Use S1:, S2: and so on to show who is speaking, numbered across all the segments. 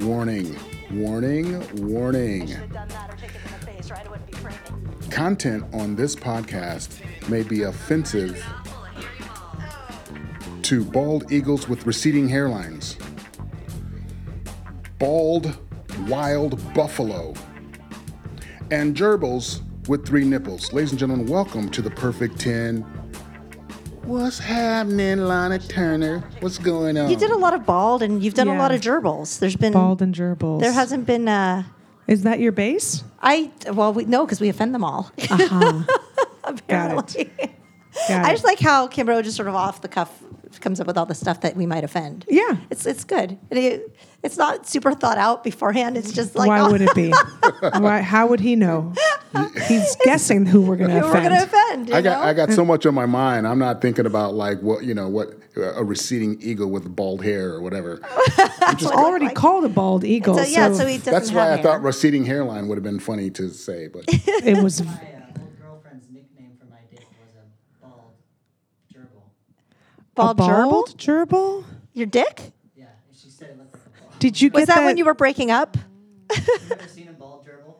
S1: Warning, warning, warning. Content on this podcast may be offensive to bald eagles with receding hairlines, bald wild buffalo, and gerbils with three nipples. Ladies and gentlemen, welcome to the Perfect 10. What's happening, Lana Turner? What's going on?
S2: You did a lot of bald, and you've done a
S3: Yeah.
S2: lot of gerbils. There's been
S3: Bald and gerbils.
S2: There hasn't been. Uh,
S3: Is that your base?
S2: I well, we, no, because we offend them all.
S3: Got it. Uh-huh. Got
S2: I
S3: it.
S2: just like how Kimbrough just sort of off the cuff comes up with all the stuff that we might offend.
S3: Yeah.
S2: it's it's good. It, it's not super thought out beforehand. It's just like
S3: Why
S2: oh,
S3: would it be? Why, how would he know? He's guessing who we're going to
S2: we're
S3: offend.
S2: gonna offend. You
S1: I got
S2: know?
S1: I got so much on my mind. I'm not thinking about like what you know what a receding eagle with bald hair or whatever.
S3: It's already
S2: like-
S3: called a bald eagle.
S2: so,
S3: So,
S2: yeah, so he doesn't
S1: That's why
S2: have
S1: I
S2: hair.
S1: thought receding hairline would have been funny to say, but
S3: it was.
S4: My uh, old girlfriend's nickname for my dick was a bald gerbil.
S2: bald,
S3: a bald
S2: gerbil.
S3: gerbil?
S2: Your dick
S4: Yeah, and she said it looked like a bald.
S3: Did you get
S2: was that, when you were breaking up?
S4: Have you ever seen a bald gerbil?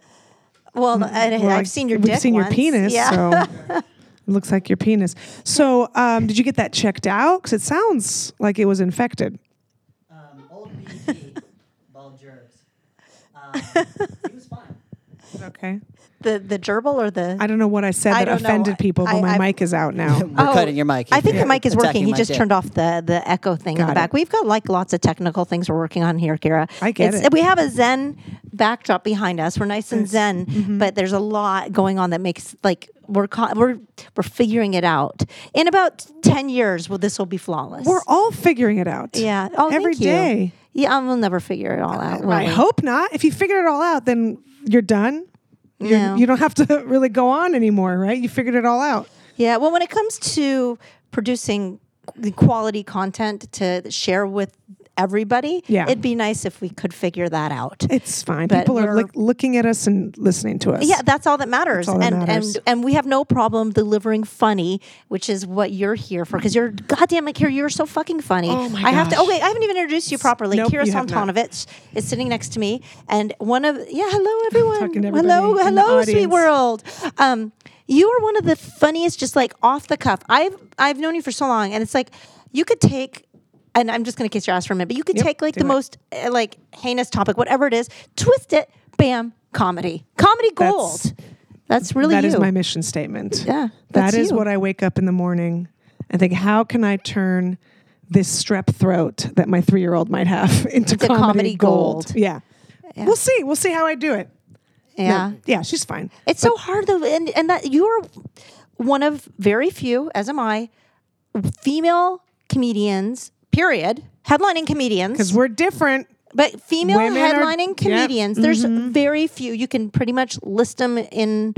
S2: Well, I,
S3: Mm, well, I-
S2: I've seen your
S3: we've
S2: dick.
S3: seen your
S2: once.
S3: penis.
S2: Yeah.
S3: So it looks like your penis. So um, did you get that checked out? Because it sounds like it was infected.
S4: Um, old BT, bald gerbs. Um, he was fine.
S3: Okay.
S2: the the gerbil or the
S3: I don't know what I said
S2: I
S3: that
S2: don't know.
S3: offended people, but
S2: I-
S3: my
S2: I-
S3: mic is out now.
S4: We're cutting your mic.
S2: Oh, I think the mic is working.
S4: Attacking
S2: He
S4: my
S2: just
S4: dick.
S2: turned off the the echo thing in
S3: Got
S2: the
S3: it.
S2: back. We've got like lots of technical things we're working on here, Kira.
S3: I get
S2: it's,
S3: it.
S2: We have a Zen backdrop behind us. We're nice and Zen,
S3: mm-hmm.
S2: but there's a lot going on that makes like we're co- we're we're figuring it out. In about ten years, well, this will be flawless.
S3: We're all figuring it out.
S2: yeah. Oh,
S3: every
S2: thank you.
S3: day. Uh,
S2: Yeah, um, we'll never figure it all out. will
S3: I
S2: we?
S3: hope not. If you figured it all out, then you're done. You're-
S2: No.
S3: You don't have to really go on anymore, right? You figured it all out.
S2: Yeah, well, when it comes to producing the quality content to share with everybody,
S3: Yeah.
S2: it'd be nice if we could figure that out.
S3: It's fine.
S2: But
S3: People are
S2: we're-
S3: look, looking at us and listening to us.
S2: yeah, that's all that matters.
S3: all that
S2: and
S3: matters.
S2: and and we have no problem delivering funny, which is what you're here for because you're goddamn it, Kira, you're so fucking funny.
S3: Oh my
S2: I have to
S3: gosh.
S2: Oh wait, I haven't even introduced you properly.
S3: Nope,
S2: Kira
S3: you have not.
S2: Santanovich is sitting next to me and one of yeah, hello
S3: Talking
S2: everyone.
S3: to
S2: Hello,
S3: everybody in the
S2: hello sweet
S3: audience.
S2: world. world. Um, you are one of the funniest, just like off the cuff. I've I've known you for so long, and it's like you could take, and I'm just gonna kiss your ass for a minute, but you could
S3: Yep,
S2: take like
S3: do
S2: the
S3: it.
S2: most uh, like heinous topic, whatever it is, twist it, bam, comedy, comedy
S3: That's-
S2: gold. That's, really
S3: that
S2: you.
S3: is my mission statement.
S2: Yeah, that's
S3: that is
S2: you.
S3: what I wake up in the morning and think, how can I turn this strep throat that my three year old might have into
S2: Into
S3: comedy,
S2: comedy
S3: gold?
S2: gold.
S3: Yeah. We'll see. We'll see how I do it. No,
S2: yeah.
S3: yeah, she's fine.
S2: It's so hard though, and and that you're one of very few, as am I, female comedians. Period. Headlining comedians.
S3: Because we're different.
S2: But female
S3: Women are-
S2: headlining
S3: yep. mm-hmm.
S2: comedians, there's very few. You can pretty much list them in,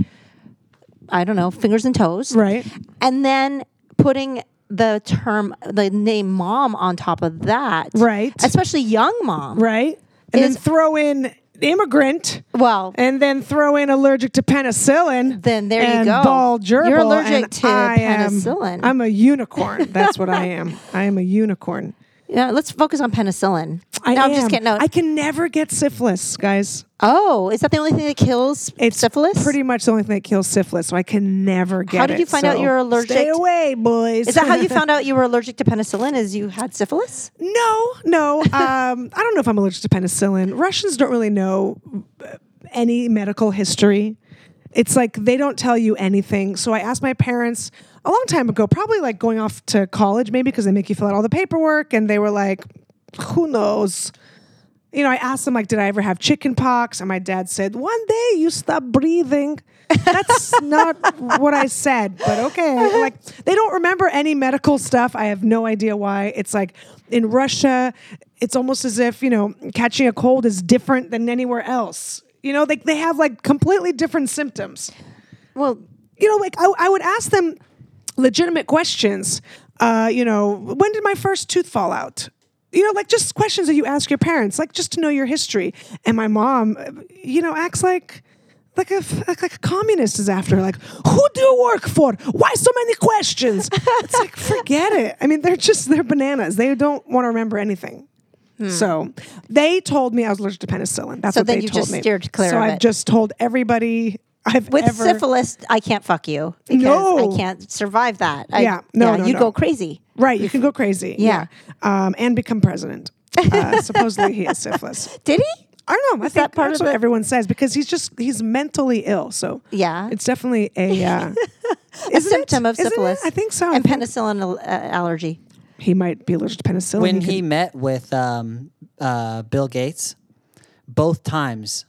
S2: I don't know, fingers and toes.
S3: Right.
S2: And then putting the term, the name mom on top of that.
S3: Right.
S2: Especially young mom.
S3: Right. And
S2: Is-
S3: then throw in immigrant.
S2: Well,
S3: and then throw in allergic to penicillin.
S2: Then there you
S3: and
S2: go.
S3: Bald gerbil.
S2: You're allergic
S3: and
S2: to
S3: I am-
S2: penicillin.
S3: I'm a unicorn. That's what I am. I am a unicorn.
S2: yeah, let's focus on penicillin.
S3: I
S2: no,
S3: am.
S2: I'm just kidding. No.
S3: I can never get syphilis, guys.
S2: oh, is that the only thing that kills
S3: It's
S2: syphilis?
S3: Pretty much the only thing that kills syphilis, so I can never get it.
S2: did you find out
S3: so
S2: you're allergic
S3: Stay
S2: to-
S3: away, boys.
S2: is that how you found out you were allergic to penicillin? Is you had syphilis?
S3: No, no. Um, I don't know if I'm allergic to penicillin. Russians don't really know uh, any medical history. It's like they don't tell you anything. So I asked my parents a long time ago, probably like going off to college, maybe because they make you fill out all the paperwork, and they were like, "Who knows." You know, I asked them like, "Did I ever have chicken pox?" And my dad said, "One day you stop breathing." That's not what I said, but okay. Like they don't remember any medical stuff. I have no idea why. It's like in Russia, it's almost as if you know catching a cold is different than anywhere else. You know, like they have like completely different symptoms
S2: Well,
S3: you know, like I, I would ask them legitimate questions. Uh, you know, when did my first tooth fall out? You know, like just questions that you ask your parents, like just to know your history. And my mom, uh, you know, acts like like a f- like, like a communist is after her. Like, who do you work for? Why so many questions? it's like forget it. I mean, they're just they're bananas. They don't want to remember anything. So they told me I was allergic to penicillin.
S2: Hmm.
S3: That's
S2: So
S3: what
S2: then
S3: they
S2: you
S3: told
S2: just
S3: me.
S2: steered clear
S3: So
S2: of
S3: I've
S2: it.
S3: just told everybody I've
S2: With
S3: ever,
S2: syphilis, I can't fuck you because
S3: No.
S2: I can't survive that. I,
S3: Yeah. No, no,
S2: you
S3: no.
S2: go crazy.
S3: Right, you can go crazy.
S2: Yeah.
S3: Um, and become president. Uh, supposedly he has syphilis.
S2: Did he?
S3: I don't know. I
S2: that
S3: think
S2: part
S3: that's
S2: of
S3: what
S2: it?
S3: everyone says because he's just he's mentally ill. So
S2: Yeah.
S3: it's definitely a uh,
S2: A
S3: isn't it?
S2: symptom of
S3: Isn't it?
S2: syphilis.
S3: I think so. I
S2: And
S3: think-
S2: penicillin al- uh, allergy.
S3: he might be allergic to penicillin.
S5: when
S3: could-
S5: he met with um, uh, Bill Gates, both times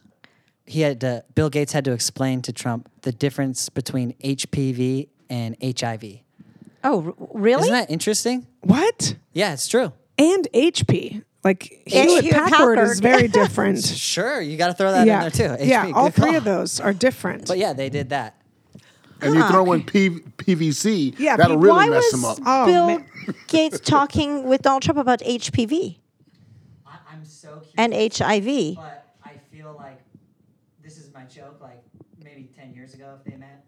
S5: he had to, Bill Gates had to explain to Trump the difference between HPV and HIV.
S2: Oh, r- really?
S5: Isn't that interesting?
S3: what
S5: Yeah, it's true.
S3: and HP like Hewlett
S2: Hewlett
S3: Packard is
S2: Packard.
S3: very different.
S5: Sure, you got to throw that
S3: yeah,
S5: in there too.
S3: yeah,
S5: HPV,
S3: all
S5: good
S3: three
S5: call.
S3: of those are different.
S5: But yeah, they did that.
S1: And you throw in P- PVC,
S3: Yeah,
S1: that'll
S3: P-
S2: Why
S1: really mess him
S2: was
S1: up.
S3: Oh,
S2: Bill
S3: man.
S2: Gates talking with Donald Trump about HPV
S4: I, I'm so curious.
S2: and HIV?
S4: But I feel like this is my joke. Like maybe ten years ago, if they met,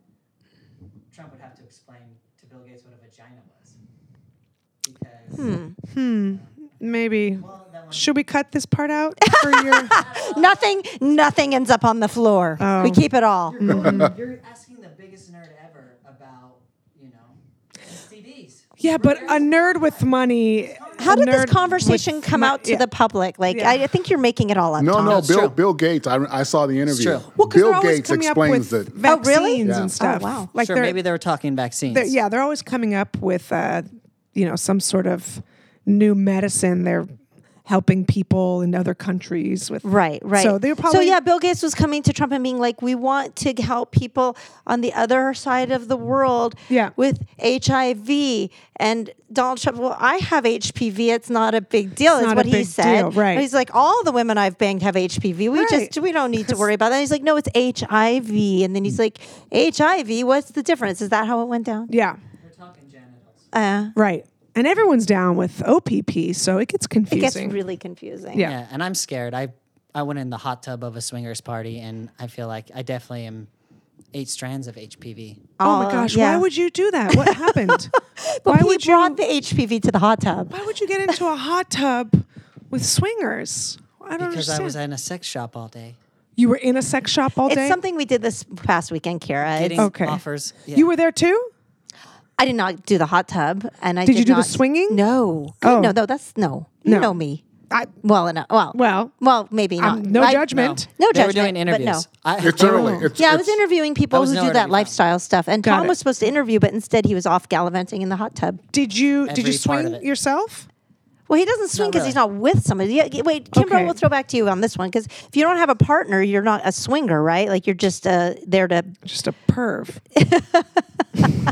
S4: Trump would have to explain to Bill Gates what a vagina was, because
S3: Hmm. Maybe.
S4: well, that one
S3: Should we cut this part out for your?
S2: Nothing, nothing ends up on the floor.
S3: Oh.
S2: We keep it all.
S4: You're, going-
S3: Hmm.
S4: you're asking the biggest nerd ever about, you know, CDs.
S3: Yeah, but a nerd with money.
S2: How
S3: a
S2: did
S3: nerd
S2: this
S3: with
S2: conversation come
S3: mo-
S2: out to
S3: yeah.
S2: the public? Like,
S3: Yeah.
S2: I, I think you're making it all up.
S1: No,
S2: Tom.
S1: no,
S5: It's
S1: Bill
S5: true.
S1: Bill Gates. I, I saw the interview.
S5: true.
S3: Well, 'cause they're
S1: Bill
S3: always
S1: Gates
S3: coming up
S1: explains
S3: with
S1: that.
S3: vaccines
S2: Oh, really?
S1: Yeah.
S3: and stuff.
S2: wow.
S3: Like
S5: sure,
S3: they're,
S5: maybe they were talking vaccines.
S3: they're- yeah, they're always coming up with uh, you know some sort of new medicine. They're helping people in other countries with
S2: Right, right.
S3: So they're probably
S2: yeah, Bill Gates was coming to Trump and being like, "We want to help people on the other side of the world
S3: Yeah.
S2: with HIV." And Donald Trump, well, I have HPV. It's not a big deal. is
S3: not
S2: what
S3: a
S2: he
S3: big
S2: said.
S3: deal, right.
S2: And he's like, "All the women I've banged have HPV. We
S3: Right.
S2: just we don't need to worry about that." He's like, "No, it's HIV." And then
S3: Mm.
S2: he's like, "HIV. What's the difference? Is that how it went down?"
S3: yeah,
S4: We're talking genitals.
S2: Uh,
S3: right. And everyone's down with OPP, so it gets
S2: it gets
S3: confusing.
S2: really confusing.
S3: Yeah.
S5: Yeah, and I'm scared. I I went in the hot tub of a swingers party, and I feel like I definitely am eight strands of HPV.
S3: oh my gosh, why would you do that? What happened?
S2: But
S3: why
S2: he
S3: would you?
S2: brought the HPV to the hot tub.
S3: Why would you get into a hot tub with swingers? I don't
S5: Because
S3: understand.
S5: I was in a sex shop all day,
S3: you were in a sex shop all day.
S2: It's something we did this past weekend, Kara. It's-
S5: getting
S3: Okay.
S5: offers. Yeah.
S3: You were there too.
S2: I did not do the hot tub, and I
S3: Did
S2: did,
S3: you do the
S2: not-
S3: swinging?
S2: No,
S3: Oh.
S2: no, no, that's no.
S3: No.
S2: You know me
S3: I
S2: well enough. Well,
S3: Well,
S2: well, maybe not.
S3: um, no
S2: I-
S3: judgment.
S2: No,
S5: they were
S2: judgment.
S5: doing
S2: but
S5: interviews.
S2: no.
S5: I,
S1: It's
S5: they were-
S1: early. It's,
S2: Yeah, I
S1: it's,
S2: was interviewing people
S5: was
S2: who do
S5: nowhere to
S2: that
S5: be
S2: lifestyle stuff, and
S3: Got
S2: Tom
S3: it.
S2: was supposed to interview, but instead he was off gallivanting in the hot tub.
S3: Did you did you
S5: Every part of
S3: swing
S5: it.
S3: yourself?
S2: Well, he doesn't swing because he's not with somebody. Yeah, g- wait, Kimber,
S3: Okay.
S2: we'll throw back to you on this one because if you don't have a partner, you're not a swinger, right? Like you're just uh, there to.
S3: Just a perv.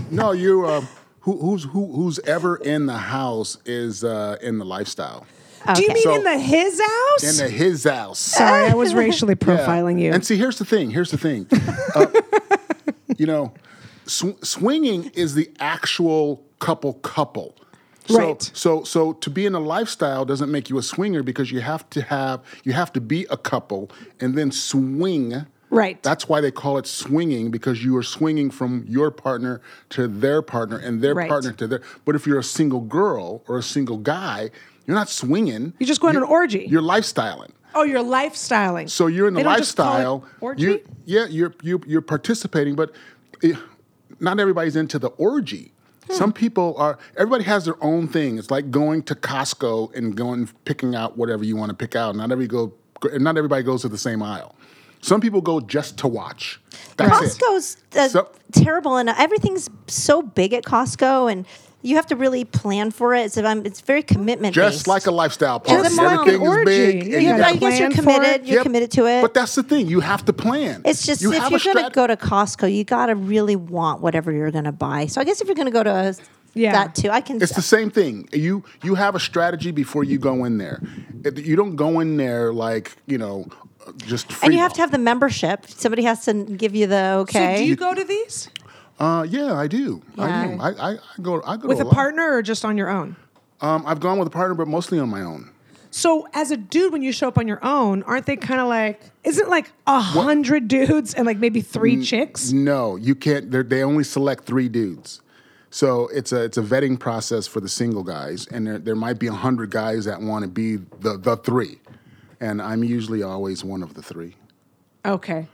S1: no, you. Uh, who, who's who, who's ever in the house is uh, in the lifestyle.
S3: Do you mean
S1: So-
S3: in the his
S1: In
S3: house?
S1: the his house.
S3: Sorry, I was racially profiling you.
S1: And see, here's the thing. Here's the thing. Uh, you know, sw- swinging is the actual couple couple. So,
S3: Right.
S1: So, so to be in a lifestyle doesn't make you a swinger because you have to have you have to be a couple and then swing.
S3: Right.
S1: That's why they call it swinging because you are swinging from your partner to their partner and their
S3: Right.
S1: partner to their. But if you're a single girl or a single guy, you're not swinging.
S3: You're just going on an orgy.
S1: You're lifestyling.
S3: oh, you're lifestyling.
S1: So you're in the
S3: They don't just call it
S1: lifestyle.
S3: orgy?
S1: You, yeah, you're you, you're participating, but it, not everybody's into the orgy.
S2: Hmm.
S1: Some people are. Everybody has their own thing. It's like going to Costco and going picking out whatever you want to pick out. Not every go. Not everybody goes to the same aisle. Some people go just to watch. That's it.
S2: Costco's uh,
S1: So-
S2: terrible, and everything's so big at Costco, and you have to really plan for it. So I'm, it's very commitment
S1: Just
S2: based.
S1: like a lifestyle party.
S2: the mom.
S1: Everything is
S3: Orgy.
S1: big.
S3: Yeah,
S1: and you
S2: Yeah,
S3: you
S1: got-
S2: I guess you're
S3: plan for it.
S2: committed. You're
S1: Yep.
S2: committed to it.
S1: But that's the thing. You have to plan.
S2: It's just
S1: You
S2: if
S1: have
S2: you're
S1: a
S2: going
S1: strat-
S2: to go to Costco, you got to really want whatever you're going to buy. So I guess if you're going to go to a,
S3: Yeah.
S2: that too, I can.
S1: It's the same thing. You you have a strategy before you go in there. It- You don't go in there like you know, just. Free
S2: and you have to
S1: ball.
S2: have the membership. Somebody has to give you the okay.
S3: So do you go to these
S1: Uh, yeah, I do. I
S2: Yeah.
S1: do. I, I, I go. I go
S3: with
S1: to
S3: a
S1: lot.
S3: partner or just on your own?
S1: Um, I've gone with a partner, but mostly on my own.
S3: So as a dude, when you show up on your own, aren't they kind of like? Isn't like a
S1: Mm,
S3: hundred dudes and like maybe three chicks?
S1: No, you can't. they're- They only select three dudes. So it's a it's a vetting process for the single guys, and there there might be hundred guys that want to be the the three, and I'm usually always one of the three.
S3: Okay.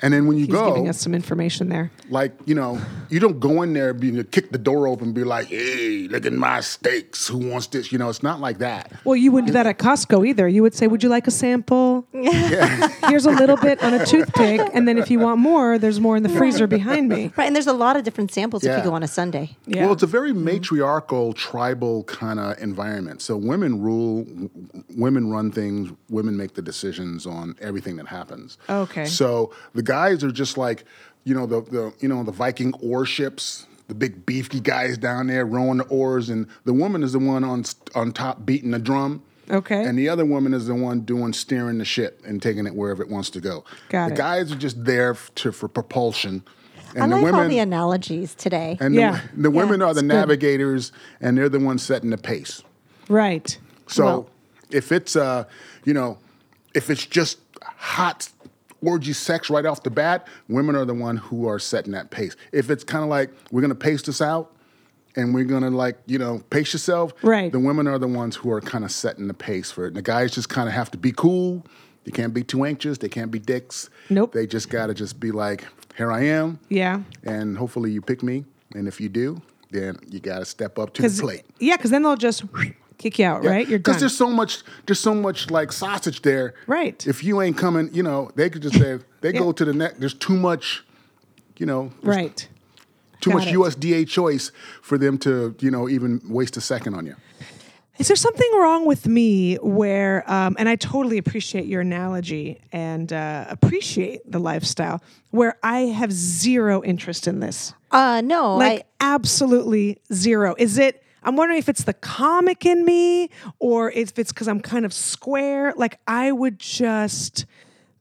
S1: And then when you
S3: He's
S1: mm. go,
S3: giving us some information there.
S1: like you know, you don't go in there being to kick the door open and be like, "Hey, look at my steaks. Who wants this?" You know, it's not like that.
S3: Well, you wouldn't do that at Costco either. You would say, "Would you like a sample? Here's a little bit on a toothpick, and then if you want more, there's more in the freezer behind me."
S2: Right, and there's a lot of different samples if
S1: Yeah.
S2: you go on a Sunday.
S3: Yeah. Mm-hmm.
S1: Well, it's a very matriarchal, tribal kind of environment. So women rule, w- women run things, women make the decisions on everything that happens.
S3: Okay.
S1: So the guys are just like, you know, the, the you know the Viking oar ships, the big beefy guys down there rowing the oars, and the woman is the one on s- on top beating the drum.
S3: Okay.
S1: And the other woman is the one doing steering the ship and taking it wherever it wants to go.
S3: Got
S1: the
S3: it.
S1: guys are just there f- to, for propulsion. And
S2: I
S1: the
S2: like
S1: women,
S2: all the analogies today.
S1: and
S3: Yeah.
S1: the, the women are the
S3: it's good.
S1: navigators, and they're the ones setting the pace.
S3: right.
S1: So
S2: Well-
S1: if it's uh, you know, if it's just hot orgy sex right off the bat, women are the one who are setting that pace. If it's kind of like we're gonna pace this out, and we're gonna like you know pace yourself,
S3: Right.
S1: The women are the ones who are kind of setting the pace for it, and the guys just kind of have to be cool. They can't be too anxious. They can't be dicks.
S3: Nope.
S1: They just gotta just be like, here I am
S3: Yeah.
S1: and hopefully you pick me. And if you do, then you got to step up to the
S3: Because
S1: plate.
S3: yeah, because then they'll just kick you out, right? You're done.
S1: Because there's so much, there's so much like sausage there.
S3: Right.
S1: If you ain't coming, you know, they could just say they go to the next. There's too much, you know, there's
S3: right.
S1: too
S3: got
S1: much
S3: it.
S1: USDA choice for them to, you know, even waste a second on you.
S3: Is there something wrong with me where, um, and I totally appreciate your analogy and uh, appreciate the lifestyle, where I have zero interest in this?
S2: uh, no,
S3: Like,
S2: I,
S3: absolutely zero. Is it, I'm wondering if it's the comic in me or if it's because I'm kind of square. Like, I would just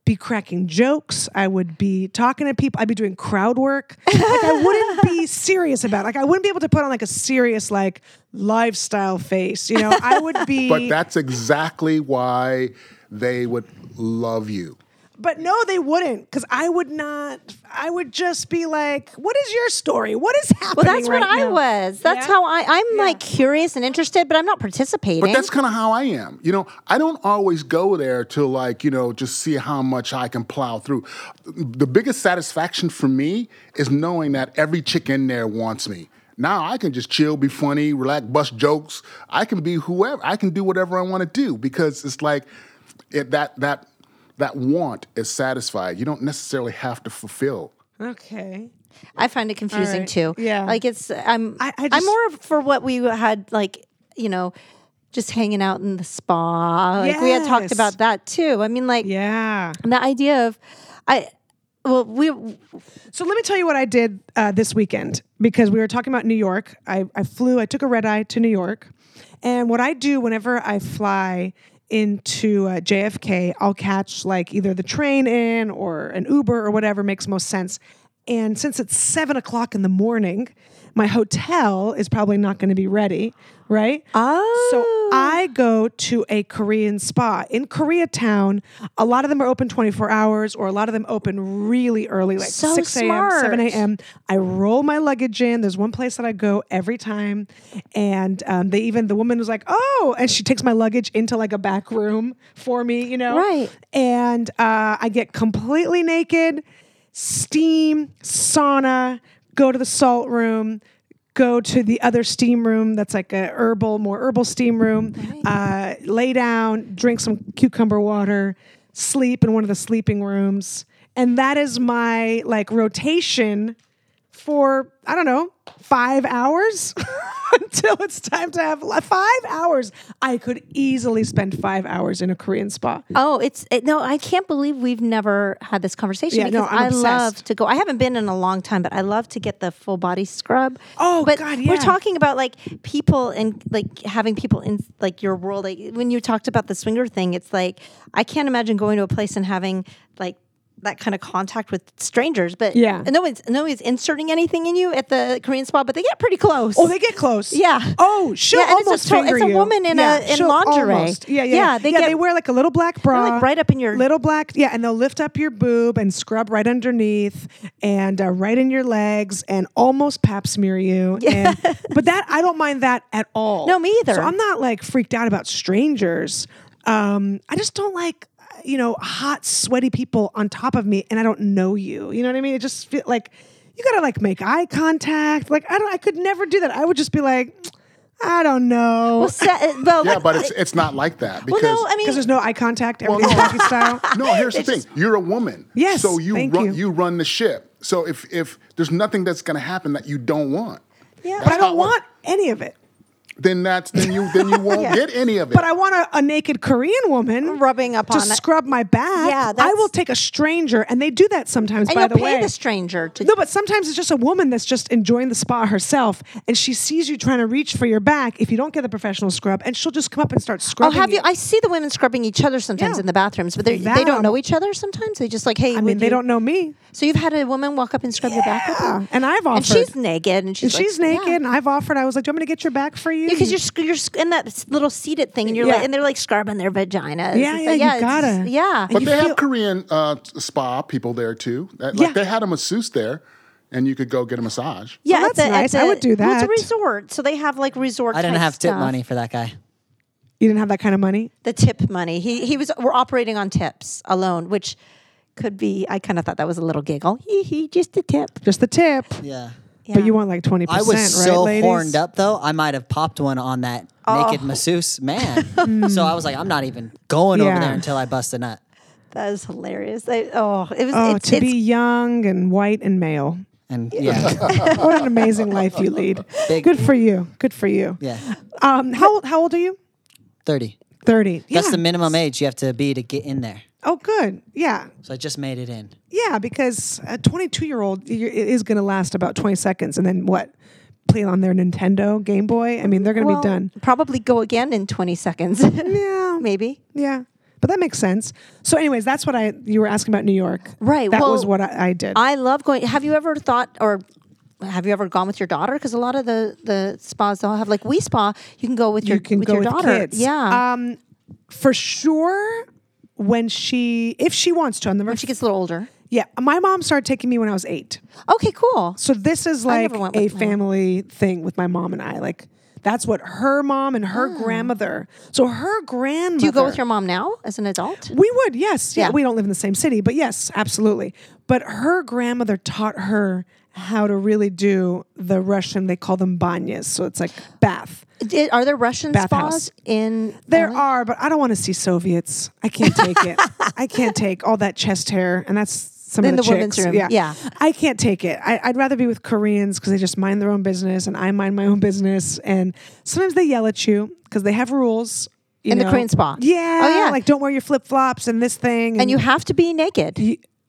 S3: be cracking jokes. I would be talking to people. I'd be doing crowd work. Like, I wouldn't be serious about it. Like, I wouldn't be able to put on like a serious, like, lifestyle face. You know, I would be.
S1: But that's exactly why they would love you.
S3: But no, they wouldn't, because I would not. I would just be like, "What is your story? What is happening?"
S2: well, that's what
S3: right
S2: I
S3: now?"
S2: was. That's
S3: Yeah.
S2: how I. I'm like curious and interested, but I'm not participating.
S1: But that's kind of how I am. You know, I don't always go there to like, you know, just see how much I can plow through. The biggest satisfaction for me is knowing that every chick in there wants me. Now I can just chill, be funny, relax, bust jokes. I can be whoever. I can do whatever I want to do because it's like it, that that that want is satisfied. You don't necessarily have to fulfill.
S3: Okay.
S2: I find it confusing
S3: right.
S2: too.
S3: Yeah.
S2: like it's I'm
S3: I-
S2: I,
S3: I
S2: am
S3: just-
S2: more of- for what we had like you know just hanging out in the spa. Like we had talked
S3: Yes.
S2: about that too. I mean, like
S3: Yeah.
S2: the idea of I. Well, we
S3: So let me tell you what I did uh, this weekend because we were talking about New York. I, I flew, I took a red eye to New York. And what I do whenever I fly into uh, JFK, I'll catch like either the train in or an Uber or whatever makes most sense. And since it's seven o'clock in the morning, my hotel is probably not going to be ready, right?
S2: Oh.
S3: So I go to a Korean spa in Koreatown. A lot of them are open 24 hours, or a lot of them open really early, like
S2: So
S3: 6 a.m.,
S2: smart.
S3: 7 a.m. I roll my luggage in. There's one place that I go every time. And um, they even, the woman was like, oh, and she takes my luggage into like a back room for me, you know?
S2: Right.
S3: And uh, I get completely naked, steam, sauna, go to the salt room. Go to the other steam room that's like a herbal, more herbal steam room. Uh, lay down, drink some cucumber water, sleep in one of the sleeping rooms. And that is my like rotation for I don't know five hours until it's time to have li- five hours. I could easily spend five hours in a Korean spa.
S2: Oh, it's it, no, I can't believe we've never had this conversation
S3: Yeah, no,
S2: because
S3: I'm
S2: I love
S3: obsessed.
S2: to go. I haven't been in a long time, but I love to get the full body scrub.
S3: Oh,
S2: but
S3: God,
S2: we're
S3: yeah.
S2: talking about like people and like having people in like your world. Like when you talked about the swinger thing, it's like I can't imagine going to a place and having like that kind of contact with strangers, but
S3: Yeah.
S2: and no one's no one's inserting anything in you at the Korean spa, but they get pretty close.
S3: Oh, they get close.
S2: Yeah.
S3: Oh, she'll
S2: Yeah, and it's a
S3: almost
S2: to-
S3: finger
S2: it's a
S3: you.
S2: woman in a- in
S3: she'll
S2: lingerie.
S3: almost. Yeah, yeah.
S2: Yeah, they
S3: They, yeah,
S2: get-
S3: they wear like a little black bra.
S2: like, right up in your-
S3: little black. Yeah, and they'll lift up your boob and scrub right underneath and uh, right in your legs and almost pap smear you. And, but that I don't mind that at all.
S2: No, me either.
S3: So I'm not like freaked out about strangers. Um, I just don't like you know hot sweaty people on top of me and I don't know you. You know what I mean? It just feel like you gotta like make eye contact. Like I don't. I could never do that. I would just be like. I don't know.
S2: well, se- uh, well,
S1: Yeah,
S2: like-
S1: but it's it's not like that
S2: well,
S1: because
S2: no, I mean,
S3: because there's no eye contact.
S1: Well,
S3: Everything's
S1: no.
S3: hockey style.
S1: No, here's the thing. You're a woman.
S3: Yes,
S1: So you
S3: thank
S1: run
S3: you.
S1: you. run the ship. So if if there's nothing that's going to happen that you don't want,
S2: yeah,
S3: But I
S1: not
S3: don't
S1: what-
S3: want any of it.
S1: then that's then you then you won't
S2: Yeah.
S1: get any of it.
S3: But I want a, a naked Korean woman
S2: Rubbing up
S3: to
S2: on it.
S3: scrub my back.
S2: Yeah,
S3: I
S2: that's-
S3: will take a stranger, and they do that sometimes.
S2: and
S3: by
S2: you'll
S3: the
S2: pay
S3: way,
S2: the stranger to
S3: No, but sometimes it's just a woman that's just enjoying the spa herself, and she sees you trying to reach for your back. If you don't get the professional scrub, and she'll just come up and start
S2: Oh,
S3: scrubbing. e-
S2: have you? I see the women scrubbing each other sometimes
S3: Yeah.
S2: in the bathrooms, but they
S3: That
S2: they don't
S3: I'm-
S2: know each other sometimes. They just like, hey,
S3: I mean,
S2: would
S3: they
S2: you-
S3: don't know me.
S2: So you've had a woman walk up and scrub your back, with
S3: Yeah,
S2: you?
S3: and I've
S2: and
S3: offered.
S2: she's naked, and
S3: And
S2: she's
S3: she's
S2: like, yeah.
S3: naked, and I've offered. I was like, "Do you want me to get your back for you?"
S2: because you're sc- you're sc- in that s- little seated thing, and you're
S3: Yeah.
S2: like, and they're like scrubbing their vagina.
S3: Yeah, yeah, you gotta.
S2: yeah.
S1: But
S3: you
S1: they
S3: feel-
S1: have Korean uh, spa people there too. That-
S3: Yeah.
S1: Like they had a masseuse there, and you could go get a massage.
S2: yeah,
S3: that's nice. I would do
S2: well, it's a
S3: that.
S2: resort, so they have like resort.
S5: I didn't
S2: type
S5: have tip
S2: stuff.
S5: money for that guy.
S3: you didn't have that kind of money.
S2: The tip money. He he was. We're operating on tips alone, which could be. I kind of thought that was a little giggle. Hee hee, just a tip.
S3: Just the tip.
S5: Yeah.
S2: Yeah.
S3: But you want like 20%,
S5: I was
S3: right,
S5: so
S3: ladies?
S5: horned up though, I might have popped one on that
S2: Oh.
S5: naked masseuse man. so I was like, I'm not even going over
S3: Yeah.
S5: there until I bust a nut.
S2: That was hilarious. I, oh, it was.
S3: Oh,
S2: it's,
S3: to
S2: it's,
S3: be young and white and male.
S5: And yeah,
S3: What an amazing life you lead.
S5: Big-
S3: Good for you. Good for you.
S5: yeah,
S3: Um, how old how old are you?
S5: 30.
S3: 30. Yeah.
S5: That's the minimum age you have to be to get in there.
S3: Oh, good. Yeah.
S5: So I just made it in.
S3: Yeah, because a 22-year-old y- it is going to last about 20 seconds and then what? Play on their Nintendo Game Boy. I mean, they're going to
S2: well,
S3: be done.
S2: Probably go again in 20 seconds.
S3: Yeah.
S2: Maybe.
S3: Yeah. But that makes sense. So anyways, that's what I you were asking about New York.
S2: Right,
S3: That
S2: well,
S3: was what I, I did.
S2: I love going. Have you ever thought or have you ever gone with your daughter? Because a lot of the, the spas they'll have like we spa. You can go with your
S3: you can
S2: with
S3: go
S2: your
S3: with
S2: daughter.
S3: kids.
S2: Yeah,
S3: Um, for sure, when she if she wants to, on the
S2: when she gets a little older.
S3: yeah, my mom started taking me when I was eight.
S2: Okay, cool.
S3: So this is
S2: I
S3: like
S2: never went
S3: a
S2: with my mom.
S3: family thing with my mom and I. Like that's what her mom and her grandmother. So her grandmother.
S2: Ah. Do you go with your mom now as an adult?
S3: We would, yes. Yeah.
S2: Yeah.
S3: We don't live in the same city, but yes, absolutely. But her grandmother taught her how to really do the Russian, they call them banyas. So it's like bath.
S2: Did, are there Russian
S3: Bathhouse.
S2: spas in?
S3: There
S2: LA?
S3: are, but I don't want to see Soviets. I can't take it. I can't take all that chest hair, and that's some
S2: In
S3: of the,
S2: the women's
S3: chicks.
S2: room, yeah.
S3: I can't take it. I, I'd rather be with Koreans because they just mind their own business, and I mind my own business. And sometimes they yell at you because they have rules. You
S2: In the
S3: know.
S2: Korean spa.
S3: yeah,
S2: Oh, yeah.
S3: like don't wear your flip flops and this thing,
S2: and you have to be naked.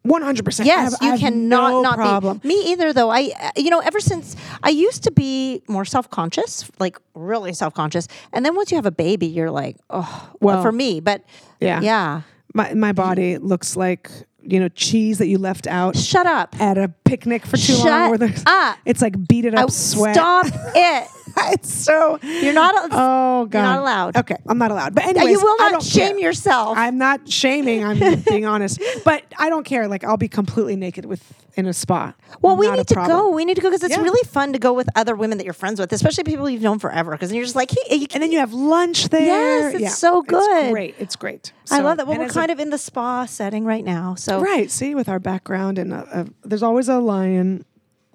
S3: one hundred percent.
S2: Yes, you cannot
S3: no
S2: not
S3: problem.
S2: be. Me either, though. I, uh, you know, ever since I used to be more self conscious, like really self conscious, and then once you have a baby, you're like, oh, well,
S3: Well,
S2: for me, but
S3: yeah.
S2: yeah,
S3: My my body looks like you know cheese that you left out.
S2: shut up,
S3: at a picnic for too long.
S2: Shut
S3: Where there's,
S2: up.
S3: It's like beat it
S2: I-
S3: up sweat.
S2: Oh, stop it.
S3: it's so
S2: You're not a-
S3: oh god
S2: you're not allowed.
S3: okay i'm not allowed but
S2: Uh,
S3: anyways,
S2: You will
S3: I
S2: not
S3: don't
S2: shame
S3: care.
S2: yourself.
S3: i'm not shaming i'm being honest but i don't care like i'll be completely naked with in a spa
S2: well, we
S3: Not a
S2: need to
S3: problem.
S2: go. We need to go because it's
S3: Yeah.
S2: really fun to go with other women that you're friends with, especially people you've known forever. Because you're just like, hey, you
S3: and then you have lunch there
S2: Yes, it's so good.
S3: it's great it's great
S2: I
S3: So-
S2: love that. Well,
S3: and
S2: we're
S3: as a-
S2: kind of in the spa setting right now, so
S3: right see with our background and uh, uh, there's always a lion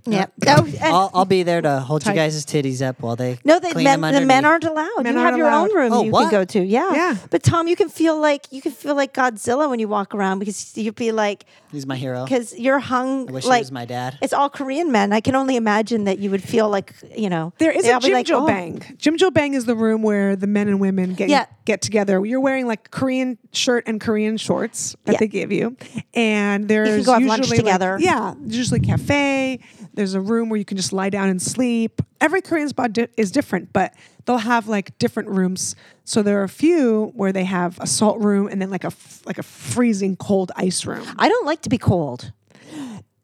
S2: Yeah. Oh, and-
S5: I'll, I'll be there to hold you
S3: Tight.
S5: guys' titties up while they
S2: No, the
S5: clean
S2: men,
S5: them
S2: the men
S5: underneath.
S2: aren't allowed.
S3: Men
S2: you
S3: aren't
S2: have your
S3: allowed.
S2: own room
S5: Oh,
S2: you
S5: what?
S2: can go to. Yeah.
S3: Yeah.
S2: But Tom, you can feel like you can feel like Godzilla when you walk around because you'd be like,
S5: He's my hero.
S2: because you're hung. I
S5: wish he
S2: like,
S5: was my dad.
S2: It's all Korean men. I can only imagine that you would feel like you know
S3: There is
S2: they'll
S3: a
S2: be
S3: Jim
S2: like,
S3: Jo
S2: oh.
S3: Bang. Jim Jo Bang is the room where the men and women get
S2: Yeah.
S3: get together. You're wearing like Korean shirt and Korean shorts that
S2: Yeah.
S3: they give you, and there's
S2: go have
S3: usually
S2: lunch
S3: like-
S2: together.
S3: yeah, usually cafe. There's a room where you can just lie down and sleep. Every Korean spa di- is different, but they'll have like different rooms. So there are a few where they have a salt room and then like a f- like a freezing cold ice room.
S2: I don't like to be cold.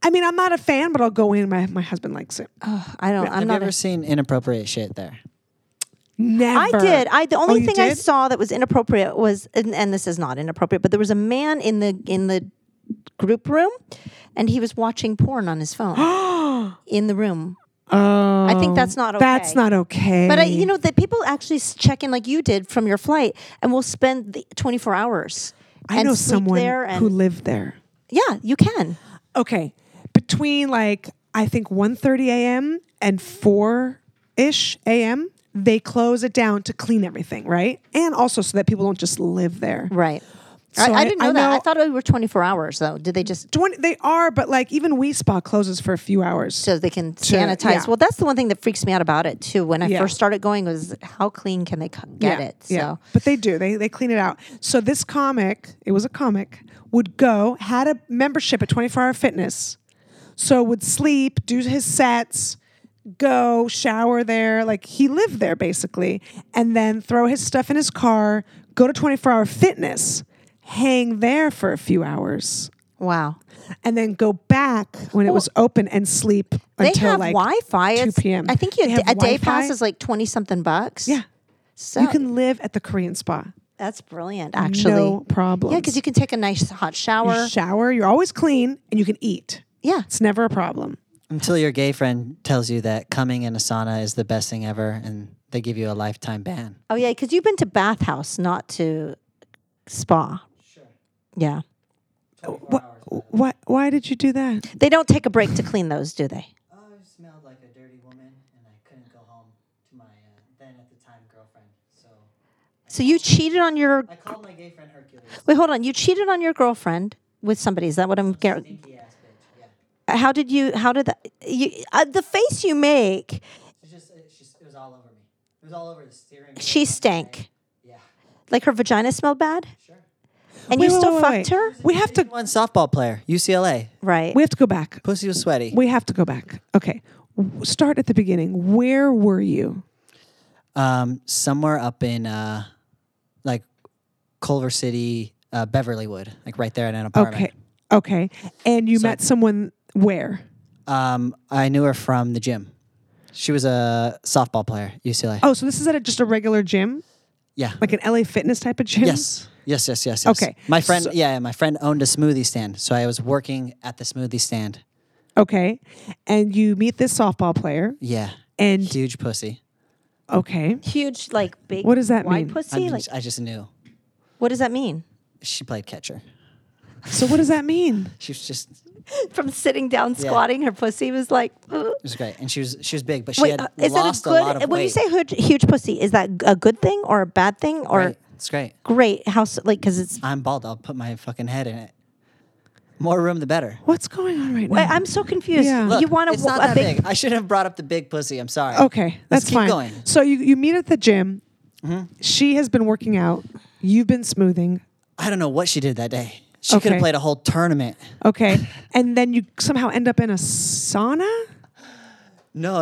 S3: I mean, I'm not a fan, but I'll go in. My my husband likes it.
S2: Ugh, I don't. I'm
S5: Have you
S2: not.
S5: ever
S2: a-
S5: seen inappropriate shit there?
S3: Never.
S2: I did. I the
S3: Oh,
S2: only
S3: you
S2: thing I
S3: did?
S2: saw that was inappropriate was, and, and this is not inappropriate, but there was a man in the in the group room, and he was watching porn on his phone in the room.
S3: Oh,
S2: I think that's not okay.
S3: That's not okay.
S2: But I, you know, that people actually s- check in like you did from your flight, and will spend the 24 hours.
S3: I
S2: and
S3: know
S2: sleep
S3: someone
S2: there and
S3: who lived there.
S2: yeah, you can.
S3: okay between like i think 1.30 a.m and 4 ish a.m they close it down to clean everything right and also so that people don't just live there
S2: Right.
S3: So
S2: I,
S3: I-
S2: I didn't know
S3: I
S2: that. I
S3: know-
S2: thought it were 24 hours though. Did they just
S3: 20, they are but like even we spa closes for a few hours
S2: so they can sanitize?
S3: yeah.
S2: Well, that's the one thing that freaks me out about it too. When I
S3: Yeah.
S2: first started going, was how clean can they c- get it? So.
S3: But they do. They they clean it out. So this comic, it was a comic, would go, had a membership at 24 Hour Fitness. So would sleep, do his sets, go shower there, like he lived there basically, and then throw his stuff in his car, go to 24 Hour Fitness, hang there for a few hours,
S2: Wow.
S3: and then go back when it was open and sleep
S2: They
S3: until
S2: have
S3: like
S2: Wi-Fi.
S3: 2
S2: It's-
S3: p.m.
S2: I think you
S3: They
S2: a
S3: have
S2: day pass
S3: Wi-Fi.
S2: is like twenty something bucks.
S3: yeah.
S2: so
S3: You can live at the Korean spa.
S2: that's brilliant. Actually,
S3: No problem.
S2: Yeah, because you can take a nice hot shower.
S3: You shower. You're always clean, and you can eat.
S2: yeah,
S3: It's never a problem.
S5: Until your gay friend tells you that coming in a sauna is the best thing ever, and they give you a lifetime ban.
S2: Oh yeah, because you've been to bathhouse, not to spa.
S4: Sure.
S2: Yeah, Uh,
S4: 24 hours. but-
S3: What? Why did you do that?
S2: they don't take a break to clean those, do they?
S4: Oh, I smelled like a dirty woman, and I couldn't go home to my uh, then at the time girlfriend. So
S2: So you cheated on your.
S4: I called my gay friend Hercules.
S2: Wait, hold on. You cheated on your girlfriend with somebody. Is that what I'm? gar-
S4: Stinky ass bitch. Yeah.
S2: How did you? How did that? You, uh, the face you make.
S4: She just it, she's, it was all over me. It was all over the steering. wheel
S2: She
S4: of my
S2: stank.
S4: leg. Yeah.
S2: Like her vagina smelled bad,
S4: Sure.
S2: and
S3: Wait,
S2: you
S3: wait,
S2: still
S3: wait,
S2: fucked
S3: wait.
S2: her,
S3: We have to.
S5: One softball player, UCLA.
S2: right?
S3: We have to go back.
S5: Pussy was sweaty.
S3: We have to go back. Okay. W- Start at the beginning. Where were you?
S5: Um, somewhere up in uh, like Culver City, uh, Beverlywood, like right there in an apartment.
S3: Okay. Okay. And you met someone where?
S5: Um, I knew her from the gym. She was a softball player, UCLA.
S3: Oh, so this is at a, just a regular gym,
S5: yeah.
S3: like an LA Fitness type of gym.
S5: Yes. Yes, yes, yes, yes.
S3: Okay.
S5: My friend,
S3: So-
S5: yeah, my friend owned a smoothie stand, so I was working at the smoothie stand.
S3: Okay. And you meet this softball player.
S5: Yeah.
S3: And
S5: Huge pussy.
S3: okay.
S2: Huge, like big.
S3: What does that
S2: wide
S3: mean?
S5: I,
S2: Pussy. like,
S5: just, I just knew.
S2: what does that mean?
S5: She played catcher.
S3: So what does that mean?
S5: She was just it
S2: From sitting down, squatting, her pussy was like. "Ugh."
S5: was great, and she was she was big, but she
S2: Wait,
S5: had
S2: uh, is that a
S5: lost lot
S2: good?
S5: of
S2: when
S5: weight.
S2: you say huge, huge pussy, is that g- a good thing or a bad thing or
S5: Right. it's great.
S2: great? How s- like because it's.
S5: I'm bald. I'll put my fucking head in it. More room, the better.
S3: What's going on right now?
S2: I, I'm so confused.
S3: Yeah.
S5: Look,
S2: you want
S5: it's
S2: a,
S5: not
S2: a
S5: that
S2: big,
S5: big. I should have brought up the big pussy. I'm sorry.
S3: Okay, that's
S5: Let's keep
S3: fine.
S5: going.
S3: So you, you meet at the gym. She has been working out. You've been smoothing.
S5: I don't know what she did that day. She could
S3: Okay.
S5: have played a whole tournament.
S3: Okay, and then you somehow end up in a sauna.
S5: Oh, No,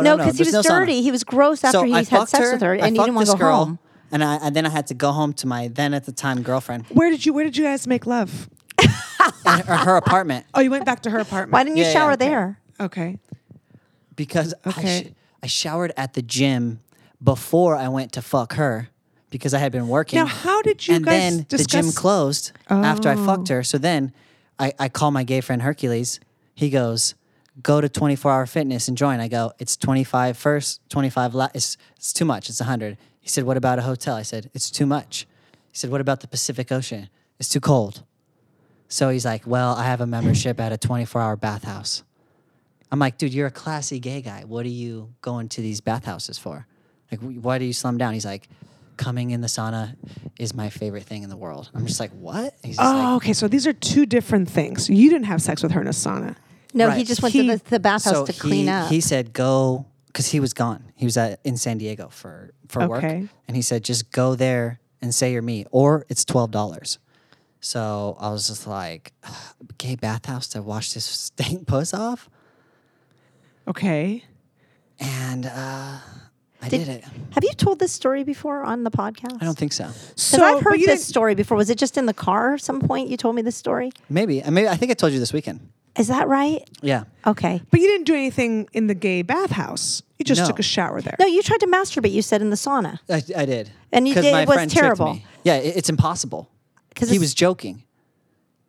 S2: no,
S5: no,
S2: because he
S5: there's
S2: was
S5: no sauna.
S2: dirty. He was gross after
S5: so
S2: he
S5: I
S2: had
S5: fucked
S2: sex with her,
S5: I
S2: and he
S5: fucked
S2: didn't want
S5: this
S2: to go
S5: girl,
S2: home.
S5: And I and then I had to go home to my then at the time girlfriend
S3: Where did you Where did you guys make love?
S5: at her, her apartment
S3: Oh, you went back to her apartment.
S2: Why didn't you
S5: Yeah, yeah,
S2: shower
S5: okay.
S2: there?
S3: okay.
S5: because I, sh-
S3: Okay.
S5: I showered at the gym before I went to fuck her because I had been working.
S3: Now, how did you
S5: and
S3: guys
S5: then the gym
S3: discuss- Oh.
S5: closed after I fucked her. So then I, I call my gay friend Hercules. He goes, go to 24 hour fitness and join. I go, it's 25 first, 25 la- it's, it's too much. It's 100. He said, what about a hotel? I said, it's too much. He said, what about the Pacific Ocean? It's too cold. So he's like, well, I have a membership at a 24 hour bathhouse. I'm like, dude, you're a classy gay guy. What are you going to these bathhouses for? Like, wh- why do you slum down? He's like, coming in the sauna is my favorite thing in the world. I'm just like, what? He's just
S3: Oh,
S5: like,
S3: okay. So these are two different things. You didn't have sex with her in a sauna.
S2: No, he
S5: Right.
S2: just went
S3: He-
S2: to the, the bathhouse
S5: so
S2: to clean
S5: he,
S2: up.
S5: he said, go, because he was gone. He was at, in San Diego for, for work.
S3: Okay.
S5: And he said, just go there and say you're me, or it's $12. So I was just like, gay bathhouse to wash this stink puss off?
S3: Okay.
S5: And uh, I did it.
S2: Have you told this story before on the podcast?
S5: I don't think so.
S2: Because
S3: So
S2: I've
S3: but
S2: heard
S3: you
S2: this
S3: didn't-
S2: story before. Was it just in the car at some point you told me this story?
S5: Maybe. I maybe I think I told you this weekend.
S2: Is that right?
S5: Yeah.
S2: Okay.
S3: But you didn't do anything in the gay bathhouse. You just
S5: No.
S3: took a shower there.
S2: No, you tried to masturbate, you said, in the sauna.
S5: I, I did.
S2: And you
S5: 'Cause
S2: did-
S5: my
S2: it was
S5: friend tricked
S2: terrible.
S5: me. Yeah, it, it's impossible.
S2: 'Cause
S5: He
S2: it's-
S5: was joking.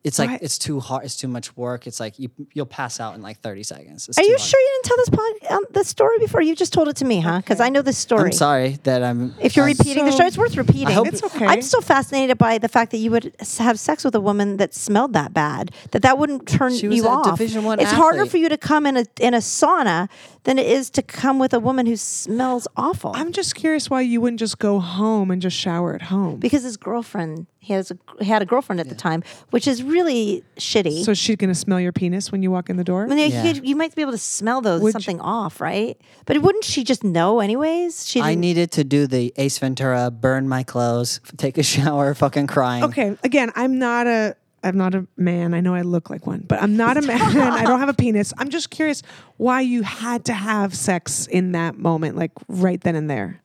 S5: It's like
S3: What?
S5: it's too hard. It's too much work. It's like you you'll pass out in like thirty seconds. It's
S2: Are
S5: too
S2: you
S5: hard.
S2: sure you didn't tell this pod, um, this story before? You just told it to me, huh? Because I know this story.
S5: I'm sorry that I'm.
S2: If you're
S5: I'm-
S2: repeating the
S3: So-
S2: story, it's worth repeating.
S5: hope-
S3: It's okay.
S2: I'm still fascinated by the fact that you would s- have sex with a woman that smelled that bad. That that wouldn't turn
S5: She was
S2: you
S5: a
S2: off.
S5: Division I
S2: it's harder
S5: athlete.
S2: for you to come in a in a sauna than it is to come with a woman who smells awful.
S3: I'm just curious why you wouldn't just go home and just shower at home.
S2: because his girlfriend he has a, he had a girlfriend at the time, which is really shitty.
S3: so she's gonna smell your penis when you walk in the door.
S2: I mean,
S5: Yeah.
S2: you, could- you might be able to smell though
S3: Would
S2: something off, right? But wouldn't she just know anyways? She
S5: I
S2: didn't-
S5: needed to do the Ace Ventura, burn my clothes, f- take a shower, fucking crying.
S3: Okay, again, I'm not a I'm not a man. I know I look like one, but I'm not a man. I don't have a penis. I'm just curious why you had to have sex in that moment, like right then and there.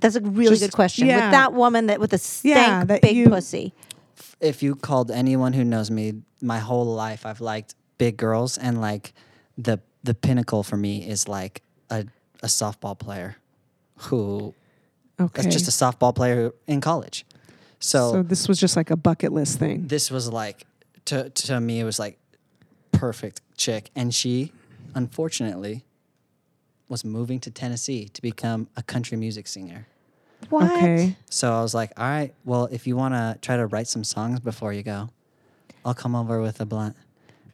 S2: That's a really
S3: Just-
S2: good question.
S3: yeah.
S2: With that woman that with the stank
S3: Yeah, that
S2: big
S3: you-
S2: pussy.
S5: If you called anyone who knows me, my whole life I've liked big girls, and like the the pinnacle for me is like a a softball player who
S3: Okay,
S5: That's just a softball player in college. So,
S3: so this was just like a bucket list thing.
S5: this was like to to me it was like perfect chick and she unfortunately was moving to Tennessee to become a country music singer.
S2: What?
S3: Okay,
S5: So I was like, "All right, well, if you want to try to write some songs before you go, I'll come over with a blunt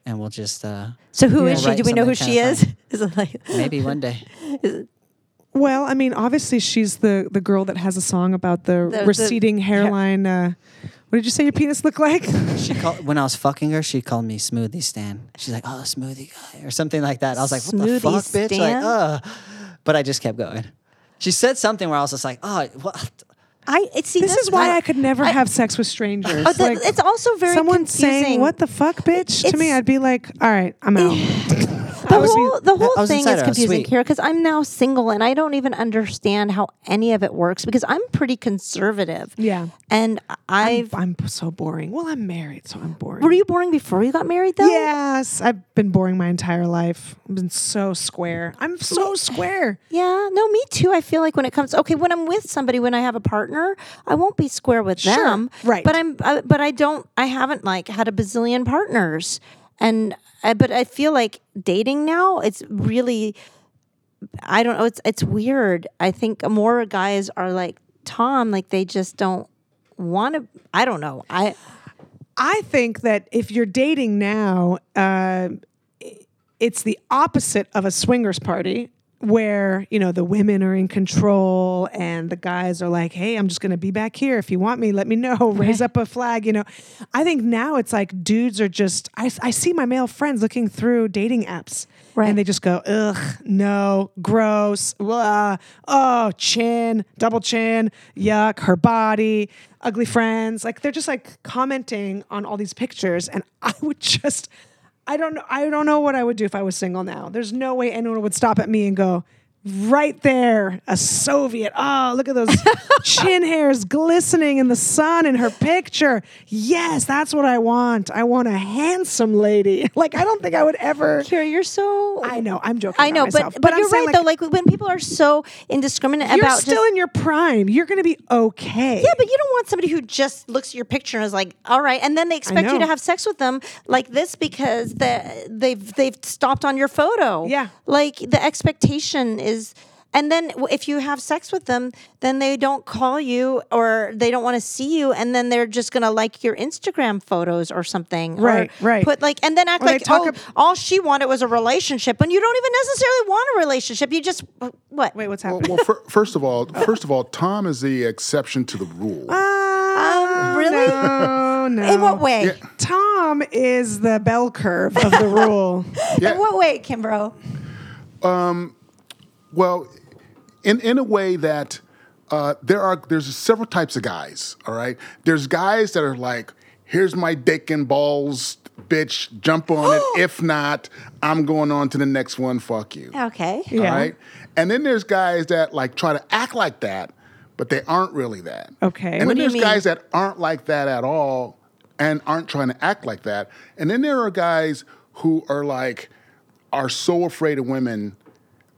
S5: and we'll just uh
S2: So who
S5: Yeah.
S2: is she?
S5: Right,
S2: Do we know who
S5: something
S2: she
S5: kinda
S2: is? is it like
S5: maybe one day."
S3: well, I mean, obviously she's the the girl that has a song about the,
S2: The- the-
S3: receding hairline. Uh, what did you say your penis looked like?
S5: She called when I was fucking her. She called me Smoothie Stan. She's like, "Oh, Smoothie guy," or something like that. I was like, "What the
S2: Smoothie
S5: fuck, bitch!" Like,
S2: Stan?
S5: ugh. But I just kept going. She said something where I was just like, "Oh, what?"
S2: I it, see
S3: This
S2: that's-
S3: is why I, could never have sex with strangers.
S2: Oh, that-
S3: Like,
S2: it's also very
S3: someone
S2: confusing.
S3: saying "What the fuck, bitch" to me,
S2: It's-
S3: I'd be like, "All right, I'm out."
S2: the
S5: was-
S2: whole the
S5: I
S2: whole
S5: was
S2: thing
S5: inside
S2: is
S5: her, I was
S2: confusing
S5: sweet.
S2: here because I'm now single and I don't even understand how any of it works because I'm pretty conservative.
S3: Yeah.
S2: and I've
S3: I'm b- so boring. Well, I'm married, so I'm boring.
S2: were you boring before you got married though?
S3: Yes, I've been boring my entire life. I've been so square. I'm so square.
S2: Yeah, no, me too. I feel like when it comes, okay, when I'm with somebody, when I have a partner, I won't be square with
S3: Sure,
S2: them,
S3: right.
S2: But I'm, uh, but I don't, I haven't like had a bazillion partners, and I, but I feel like dating now, it's really, I don't know, it's it's weird. I think more guys are like Tom, like they just don't want to. I don't know. I
S3: I think that if you're dating now, uh, it's the opposite of a swingers party where you know the women are in control and the guys are like hey i'm just going to be back here if you want me let me know raise up a flag you know i think now it's like dudes are just i, I see my male friends looking through dating apps
S2: Right.
S3: and they just go ugh no gross blah, oh chin double chin yuck her body ugly friends like they're just like commenting on all these pictures and i would just I don't know. I don't know what I would do if I was single now. There's no way anyone would stop at me and go, right there, a Soviet. Oh, look at those chin hairs glistening in the sun in her picture. Yes, that's what I want. I want a handsome lady. Like I don't think I would ever.
S2: here you're so.
S3: I know. I'm joking.
S2: I
S3: about
S2: know,
S3: myself,
S2: but, but
S3: I'm
S2: you're
S3: saying,
S2: right though. Like when people are so indiscriminate
S3: you're
S2: about just-
S3: still in your prime. You're going to be okay.
S2: Yeah, but you don't want somebody who just looks at your picture and is like, "All right," and then they expect you
S3: know.
S2: to have sex with them like this because the, they've they've stopped on your photo.
S3: Yeah.
S2: like the expectation is. And then w- if you have sex with them, then they don't call you or they don't want to see you, and then they're just gonna like your Instagram photos or something, or
S3: Right, right.
S2: Put like and then act
S3: Or they
S2: like
S3: talk
S2: oh,
S3: ab-
S2: all she wanted was a relationship, when you don't even necessarily want a relationship. You just what?
S3: Wait, what's
S1: Well,
S3: happening?
S1: well fir- first of all, first of all, Tom is the exception to the rule.
S3: Ah,
S2: um, really?
S3: No, no.
S2: In what way?
S1: Yeah.
S3: Tom is the bell curve of the rule.
S1: Yeah.
S2: In what way, Kimbro?
S1: Well, in in a way that uh, there are there's several types of guys. All right, there's guys that are like, here's my dick and balls, bitch, jump on it. If not, I'm going on to the next one, fuck you.
S2: Okay.
S3: Yeah.
S1: All right. And then there's guys that like try to act like that, but they aren't really that.
S3: Okay.
S1: And then
S3: What
S2: do you
S1: there's
S2: mean?
S1: guys that aren't like that at all and aren't trying to act like that. And then there are guys who are like are so afraid of women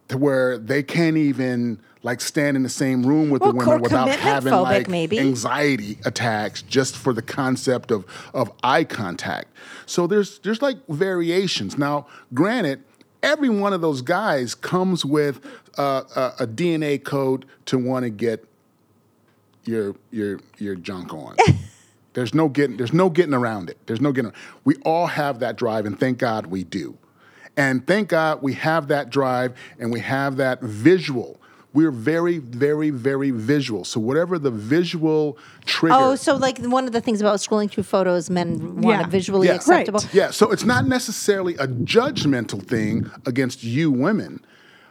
S1: to where they can't even like stand in the same room with
S2: Well,
S1: the
S2: core
S1: women without
S2: commitment
S1: having
S2: phobic,
S1: like
S2: maybe.
S1: anxiety attacks just for the concept of of eye contact. So there's there's like variations. Now, granted, every one of those guys comes with uh, a, a DNA code to want to get your your your junk on. there's no getting there's no getting around it. There's no getting. We all have that drive, and thank God we do. And thank God we have that drive and we have that visual. We're very, very, very visual. So whatever the visual trigger.
S2: Oh, so like one of the things about scrolling through photos, men want
S3: Yeah.
S2: it visually
S1: Yeah. Right.
S2: acceptable.
S1: Yeah, so it's not necessarily a judgmental thing against you women.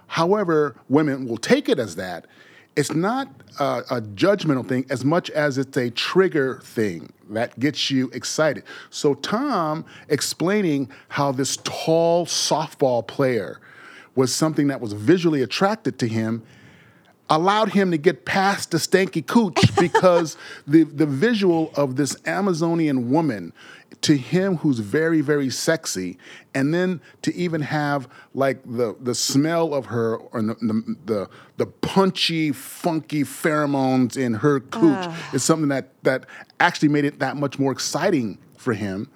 S1: However, women will take it as that. It's not uh, a judgmental thing as much as it's a trigger thing that gets you excited. So, Tom explaining how this tall softball player was something that was visually attracted to him allowed him to get past the stanky cooch because the, the visual of this Amazonian woman to him who's very, very sexy, and then to even have like the, the smell of her or the, the, the, the punchy, funky pheromones in her cooch is something that, that actually made it that much more exciting for him.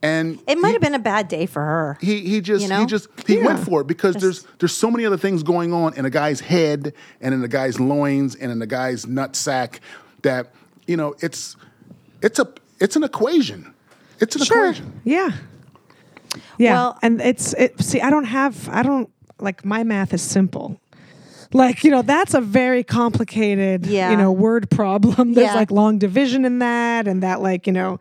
S1: And
S2: It might
S1: he-
S2: have been a bad day for her.
S1: he he just
S2: You know?
S1: he just he went
S3: Yeah.
S1: for it because there's there's so many other things going on in a guy's head and in a guy's loins and in a guy's nutsack that you know it's it's a it's an equation. It's an equation.
S3: Yeah. Yeah.
S2: Well-
S3: and it's it see I don't have I don't like my math is simple. Like, you know, that's a very complicated,
S2: Yeah.
S3: you know, word problem. There's
S2: Yeah.
S3: like long division in that and that like, you know,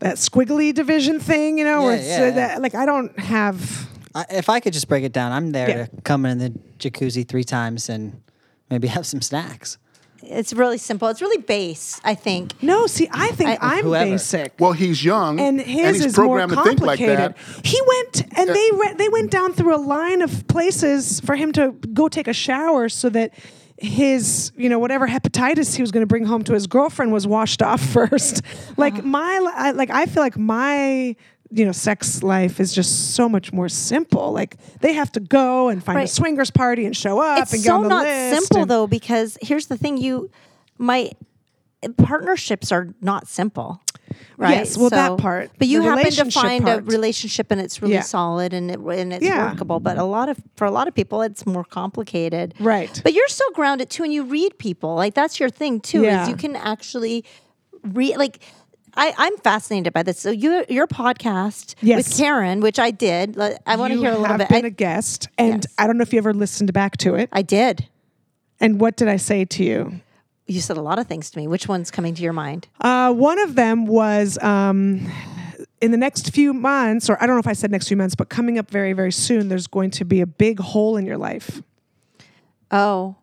S3: that squiggly division thing, you know, where
S5: Yeah,
S3: it's
S5: yeah.
S3: Uh, that, like I don't have
S5: I, if I could just break it down, I'm there
S3: Yeah.
S5: to come in the jacuzzi three times and maybe have some snacks.
S2: It's really simple. It's really base, I think.
S3: No, see, I think I, am
S5: whoever.
S3: basic.
S1: Well, he's young
S3: and his
S1: and he's
S3: is more
S1: programmed to think
S3: complicated.
S1: like that.
S3: He went and they re- they went down through a line of places for him to go take a shower so that his you know whatever hepatitis he was going to bring home to his girlfriend was washed off first.
S1: Uh-huh.
S3: like my li- I, like I feel like my you know sex life is just so much more simple. Like they have to go and find a
S2: Right.
S3: swingers party and show up
S2: It's
S3: and get
S2: so
S3: on the
S2: not
S3: list
S2: simple
S3: and-
S2: though, because here's the thing: you, my partnerships are not simple, right?
S3: Yes, well, that part.
S2: But you
S3: The
S2: happen to
S3: relationship
S2: find
S3: part.
S2: a relationship and it's really
S3: Yeah.
S2: solid and it and it's
S3: Yeah.
S2: workable. But a lot of for a lot of people, it's more complicated,
S3: Right.
S2: But you're so grounded too, and you read people. Like that's your thing too.
S3: Yeah.
S2: Is you can actually read like. I, I'm fascinated by this. So you, your podcast
S3: Yes.
S2: with Karen, which I did. like, I want to
S3: You
S2: hear a little
S3: have
S2: bit.
S3: Been
S2: I
S3: a guest, and I don't know if you ever listened back to it.
S2: I did.
S3: And what did I say to you?
S2: You said a lot of things to me. Which one's coming to your mind?
S3: Uh, one of them was um, in the next few months, or I don't know if I said next few months, but coming up very, very soon, there's going to be a big hole in your life.
S2: Oh,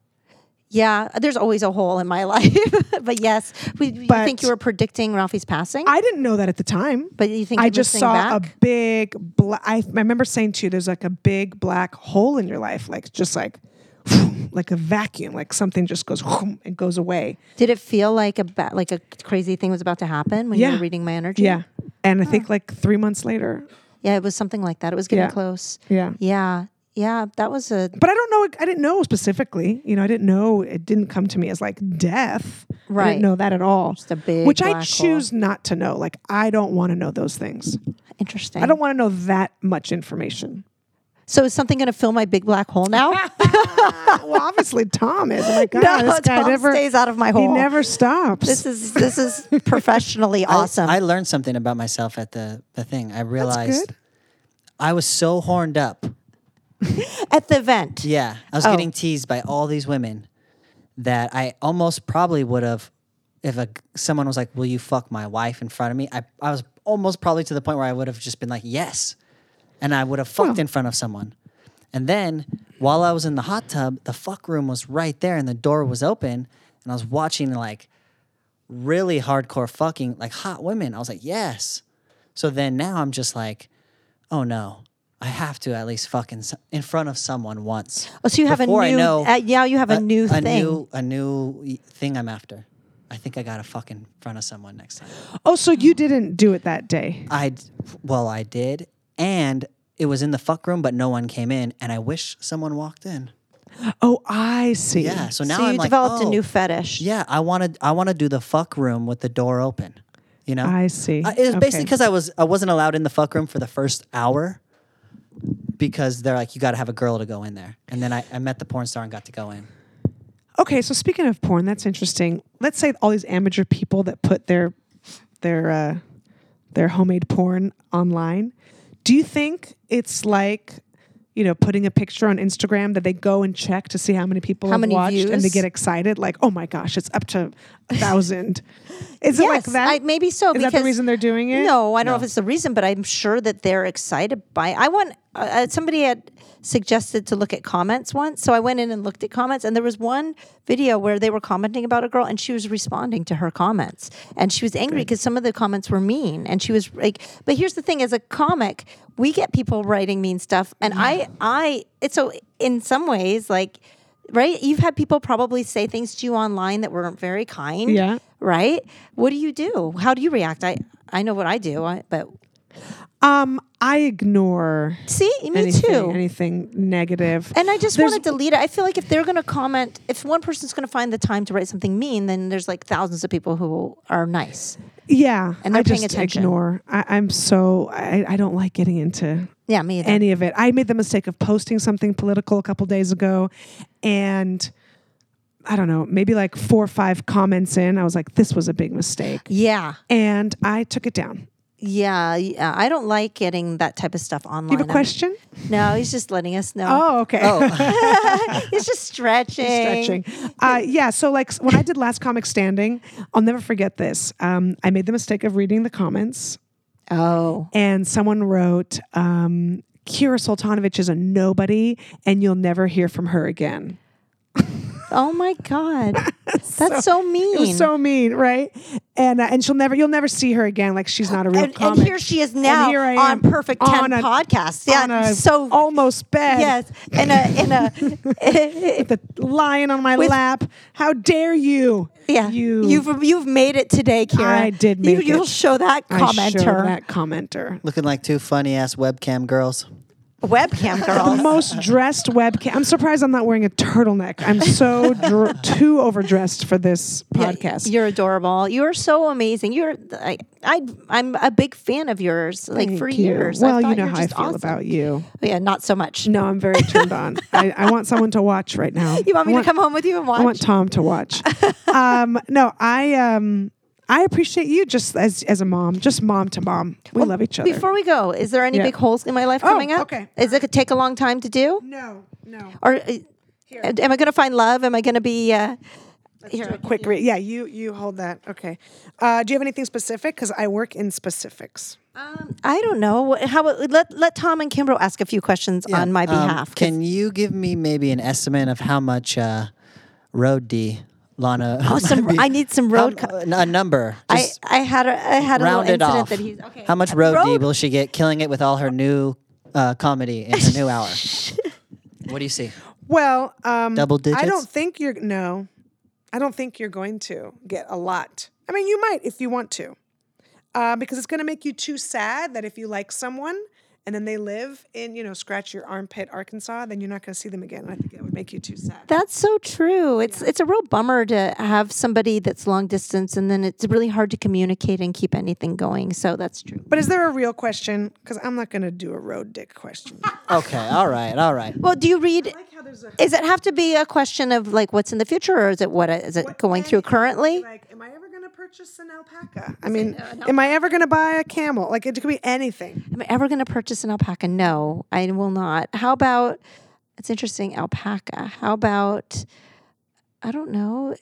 S2: yeah. There's always a hole in my life. but yes, we, we
S3: But-
S2: think you were predicting Ralphie's passing.
S3: I didn't know that at the time.
S2: but you think
S3: I
S2: you're
S3: just
S2: listening
S3: saw
S2: back?
S3: a big black. I, I remember saying to you, "There's like a big black hole in your life, like just like, like a vacuum, like something just goes and goes away."
S2: Did it feel like a ba- like a crazy thing was about to happen when you
S3: Yeah.
S2: were reading my energy?
S3: Yeah, and I think like three months later,
S2: yeah. It was something like that. It was getting
S3: Yeah.
S2: close.
S3: Yeah.
S2: yeah, yeah. That was a
S3: but I don't know. I didn't know specifically. You know, I didn't know. It didn't come to me as like death. I
S2: Right.
S3: didn't know that at all.
S2: Just a big
S3: which
S2: black
S3: I
S2: hole.
S3: choose not to know. Like I don't want to know those things.
S2: interesting.
S3: I don't want to know that much information.
S2: so is something going to fill my big black hole now?
S3: well, obviously Tom is. Oh my God,
S2: No,
S3: this guy
S2: Tom
S3: never
S2: stays out of my
S3: He
S2: hole.
S3: never stops.
S2: this is this is professionally
S5: I-
S2: awesome.
S5: I, learned something about myself at the, the thing. I realized
S3: good.
S5: I was so horned up.
S2: At the event,
S5: Yeah. I was getting teased by all these women that I almost probably would have if a, someone was like, Will you fuck my wife in front of me? I, I was almost probably to the point where I would have just been like, Yes. And I would have fucked in front of someone. And then while I was in the hot tub, the fuck room was right there and the door was open. And I was watching like really hardcore fucking like hot women. I was like, yes. So then now I'm just like, oh no, I have to at least fucking s- in front of someone once.
S2: Oh, so you have a
S5: Before I
S2: new.
S5: know-
S2: uh, yeah, you have a, new
S5: a
S2: thing.
S5: new a new y- thing I'm after. I think I gotta fuck in front of someone next time.
S3: Oh, so you didn't do it that day.
S5: I d- well, I did, and it was in the fuck room, but no one came in, and I wish someone walked in.
S3: Oh, I see.
S5: Yeah, so now
S2: so
S5: I'm
S2: you
S5: like,
S2: developed
S5: oh,
S2: a new fetish.
S5: Yeah, I want to. I want to do the fuck room with the door open. You know,
S3: I see.
S5: I, Uh, it was basically
S3: Okay.
S5: because I was I wasn't allowed in the fuck room for the first hour because they're like, you got to have a girl to go in there, and then I, I met the porn star and got to go in.
S3: Okay, so speaking of porn, that's interesting. Let's say all these amateur people that put their their uh, their homemade porn online. Do you think it's like you know putting a picture on Instagram that they go and check to see how many people
S2: How
S3: have
S2: many
S3: watched and they
S2: views?
S3: get excited like oh my gosh it's up to a thousand? Is it like
S2: Yes,
S3: that?
S2: I, maybe so.
S3: Is
S2: because,
S3: that the reason they're doing it?
S2: No, I don't know if it's the reason, but I'm sure that they're excited by. I want uh, uh, somebody had suggested to look at comments once, so I went in and looked at comments, and there was one video where they were commenting about a girl, and she was responding to her comments, and she was angry because some of the comments were mean, and she was like. But here's the thing: as a comic, we get people writing mean stuff, and I,
S3: Mm-hmm.
S2: I, it's so in some ways like. Right, you've had people probably say things to you online that weren't very kind
S3: Yeah.
S2: right? What do you do? How do you react? I I know what I do, I, but
S3: Um, I ignore
S2: see, me
S3: anything,
S2: too.
S3: anything negative.
S2: And I just
S3: There's-
S2: want to delete it. I feel like if they're going to comment, if one person's going to find the time to write something mean, then there's like thousands of people who are nice.
S3: yeah,
S2: and
S3: I
S2: they're paying
S3: just
S2: attention.
S3: ignore. I, I'm so I, I don't like getting into
S2: Yeah, me either.
S3: any of it. I made the mistake of posting something political a couple days ago, and I don't know, maybe like four or five comments in, I was like, "This was a big mistake,"
S2: yeah,
S3: and I took it down.
S2: yeah, yeah. I don't like getting that type of stuff online.
S3: You have a
S2: I'm-
S3: question?
S2: No, he's just letting us know.
S3: Oh, okay.
S2: he's just stretching.
S3: Oh. stretching. Uh, yeah. So, like s- when I did last comic standing, I'll never forget this. Um, I made the mistake of reading the comments,
S2: Oh,
S3: and someone wrote, um, "Kira Soltanovich is a nobody, and you'll never hear from her again."
S2: oh my God, that's so, mean.
S3: It was so mean, right? And uh, and she'll never, you'll never see her again. Like she's not a real
S2: and,
S3: comic.
S2: and here she is
S3: And
S2: now
S3: here I
S2: on
S3: am
S2: Perfect
S3: on
S2: Ten
S3: a-
S2: podcast.
S3: on
S2: Yeah,
S3: a
S2: so
S3: almost bed.
S2: yes, in a in a
S3: with a lion on my
S2: With-
S3: lap. How dare you?
S2: yeah.
S3: you.
S2: You've you've made it today, Kira.
S3: I did
S2: You,
S3: make
S2: You'll
S3: it.
S2: show that
S3: I showed
S2: commenter
S3: that commenter.
S5: Looking like two funny ass webcam girls.
S2: webcam girl.
S3: Most dressed webcam. I'm surprised I'm not wearing a turtleneck. I'm so dr- too overdressed for this
S2: Yeah,
S3: podcast.
S2: You're adorable. You're so amazing. You're I, I I'm a big fan of yours. Like
S3: Thank
S2: for
S3: you.
S2: years.
S3: Well,
S2: I thought
S3: you know
S2: were
S3: how I
S2: just
S3: feel
S2: awesome. Oh,
S3: about you.
S2: Yeah, not so much.
S3: No, I'm very turned on. I, I want someone to watch right now.
S2: You want me
S3: I
S2: to come home with you and watch?
S3: I want Tom to watch. um, no, I um, I appreciate you just as as a mom, just mom to mom. We love each other.
S2: Before we go, is there any
S3: Yeah.
S2: big holes in my life
S3: Oh,
S2: coming up?
S3: okay.
S2: Is it gonna take a long time to do?
S3: no, no.
S2: Or uh, am I going to find love? Am I going to be uh, here?
S3: Quick, re- yeah, you you hold that. Okay. Uh, do you have anything specific? Because I work in specifics.
S2: Um, I don't know. How let let Tom and Kimbrough ask a few questions on my
S5: Um,
S2: behalf. 'cause
S5: can you give me maybe an estimate of how much uh, road D Lana? Oh,
S2: some- I need some road co-
S5: a number.
S2: I,
S5: Just
S2: I had a I had a little
S5: round it
S2: incident
S5: off.
S2: that he's okay.
S5: How much road, D will she get killing it with all her new uh, comedy in her new hour? what do you see?
S3: Well, um,
S5: Double
S3: I
S5: digits?
S3: don't think you're no. I don't think you're going to get a lot. I mean, you might if you want to, uh, because it's going to make you too sad that if you like someone and then they live in you know scratch your armpit Arkansas, then you're not going to see them again. I think that would make you too sad.
S2: That's so true. It's it's a real bummer to have somebody that's long distance, and then it's really hard to communicate and keep anything going. So that's true.
S3: but is there a real question? Because I'm not going to do a road dick question.
S5: Okay, all right, all right.
S2: Well, do you read?
S3: like how there's a
S2: Is it have to be a question of like what's in the future, or is it what is it going through currently?
S3: Like, am I ever going to purchase an alpaca? I mean, am I ever going to buy a camel? Like, it could be anything.
S2: Am I ever going to purchase an alpaca? No, I will not. How about, it's interesting, alpaca. How about, I don't know,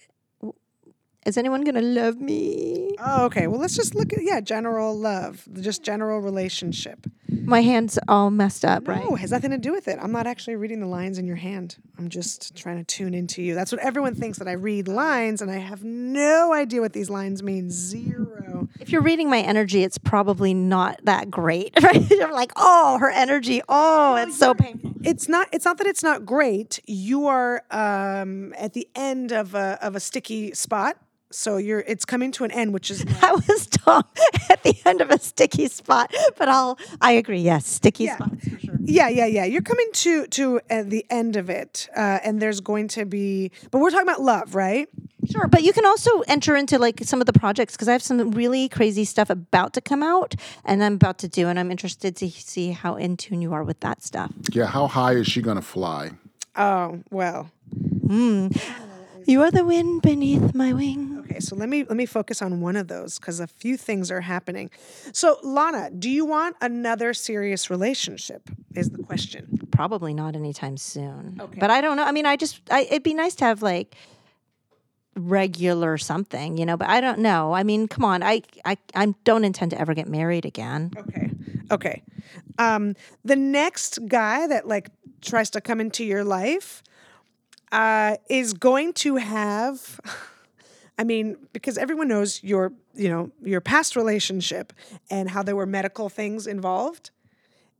S2: is anyone going to love me?
S3: Oh, okay. Well, let's just look at yeah, general love, just general relationship.
S2: My hand's all messed up, right?
S3: No, it has nothing to do with it. I'm not actually reading the lines in your hand. I'm just trying to tune into you. That's what everyone thinks that I read lines, and I have no idea what these lines mean. Zero.
S2: If you're reading my energy, it's probably not that great, right? You're like, oh, her energy, oh, it's so painful.
S3: It's not. It's not that it's not great. You are um, at the end of a of a sticky spot, so you're. It's coming to an end, which is. not-
S2: I was dumb at the end of a sticky spot, but I'll. I agree. Yes, sticky
S3: Yeah.
S2: spot for sure.
S3: Yeah, yeah, yeah. You're coming to to uh, the end of it, uh, and there's going to be. But we're talking about love, right?
S2: Sure, but you can also enter into like some of the projects because I have some really crazy stuff about to come out and I'm about to do, and I'm interested to see how in tune you are with that stuff.
S1: Yeah, how high is she gonna fly?
S3: Oh well.
S2: You are the wind beneath my wing.
S3: Okay, so let me let me focus on one of those because a few things are happening. So Lana, do you want another serious relationship? Is the question.
S2: Probably not anytime soon. Okay. But I don't know. I mean, I just I, it'd be nice to have like regular something, you know. But I don't know. I mean, come on. I I I don't intend to ever get married again.
S3: Okay. Okay. Um, the next guy that like tries to come into your life uh, is going to have. I mean, because everyone knows your, you know, your past relationship and how there were medical things involved.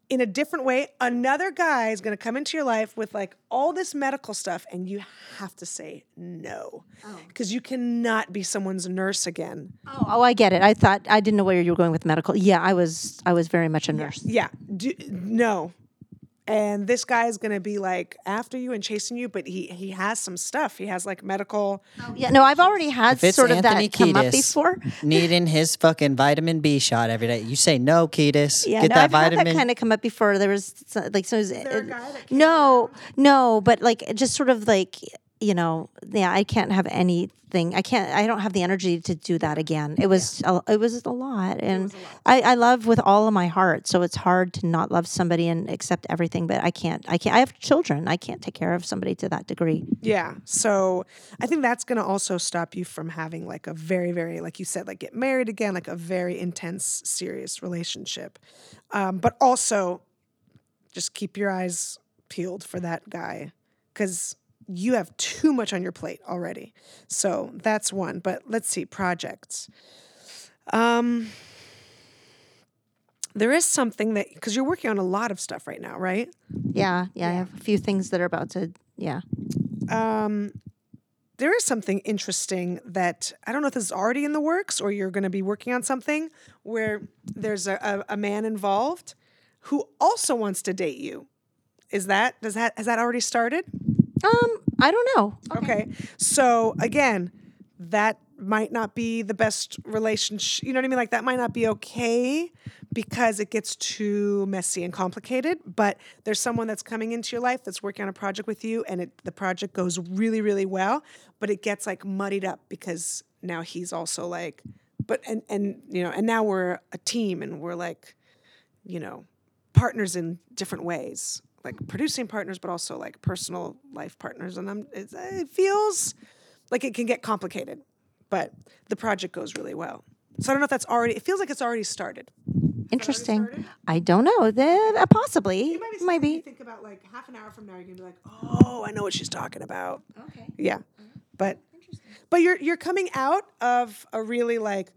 S3: in a different way, another guy is going to come into your life with like all this medical stuff, and you have to say no because you cannot be someone's nurse again.
S2: Oh, oh, I get it. I thought I didn't know where you were going with medical. Yeah, I was I was very much a nurse.
S3: Yeah, do, no. And this guy is going to be like after you and chasing you, but he he has some stuff. He has like medical.
S2: Yeah, no, I've already had
S5: If it's
S2: sort of
S5: Anthony
S2: that come up
S5: Kiedis
S2: before.
S5: needing his fucking vitamin B shot every day, you say no, Ketis.
S2: Yeah,
S5: Get
S2: no,
S5: that
S2: I've
S5: vitamin.
S2: had that kind of come up before. There was so- like so. it was-
S3: there a guy that came
S2: no, no, but like it just sort of like you know, yeah, I can't have anything. I can't. I don't have the energy to do that again. It was a, it was a lot, and I, I love with all of my heart. So it's hard to not love somebody and accept everything, but I can't. I can't. I have children. I can't take care of somebody to that degree.
S3: Yeah, so I think that's going to also stop you from having like a very very like you said like get married again, like a very intense serious relationship. Um, but also just keep your eyes peeled for that guy because you have too much on your plate already. So that's one. But let's see projects. Um, there is something that because you're working on a lot of stuff right now, right?
S2: Yeah, yeah. I have a few things that are about to. Yeah.
S3: Um, there is something interesting that I don't know if this is already in the works or you're going to be working on something where there's a, a, a man involved who also wants to date you. Is that does that has that already started?
S2: Um, I don't know.
S3: Okay. So again, that might not be the best relationship. You know what I mean? Like that might not be okay because it gets too messy and complicated. But there's someone that's coming into your life that's working on a project with you, and it, the project goes really, really well. But it gets like muddied up because now he's also like, but and and you know, and now we're a team, and we're like, you know, partners in different ways, like producing partners, but also like personal life partners. And I'm, it's, it feels like it can get complicated, but the project goes really well. So I don't know if that's already. It feels like it's already started.
S2: Interesting. I don't know. Th- uh, possibly. Maybe.
S3: Think about like half an hour from now, you're gonna be like, oh, I know what she's talking about. Okay. Yeah,
S2: Mm-hmm.
S3: but but you're you're coming out of a really like.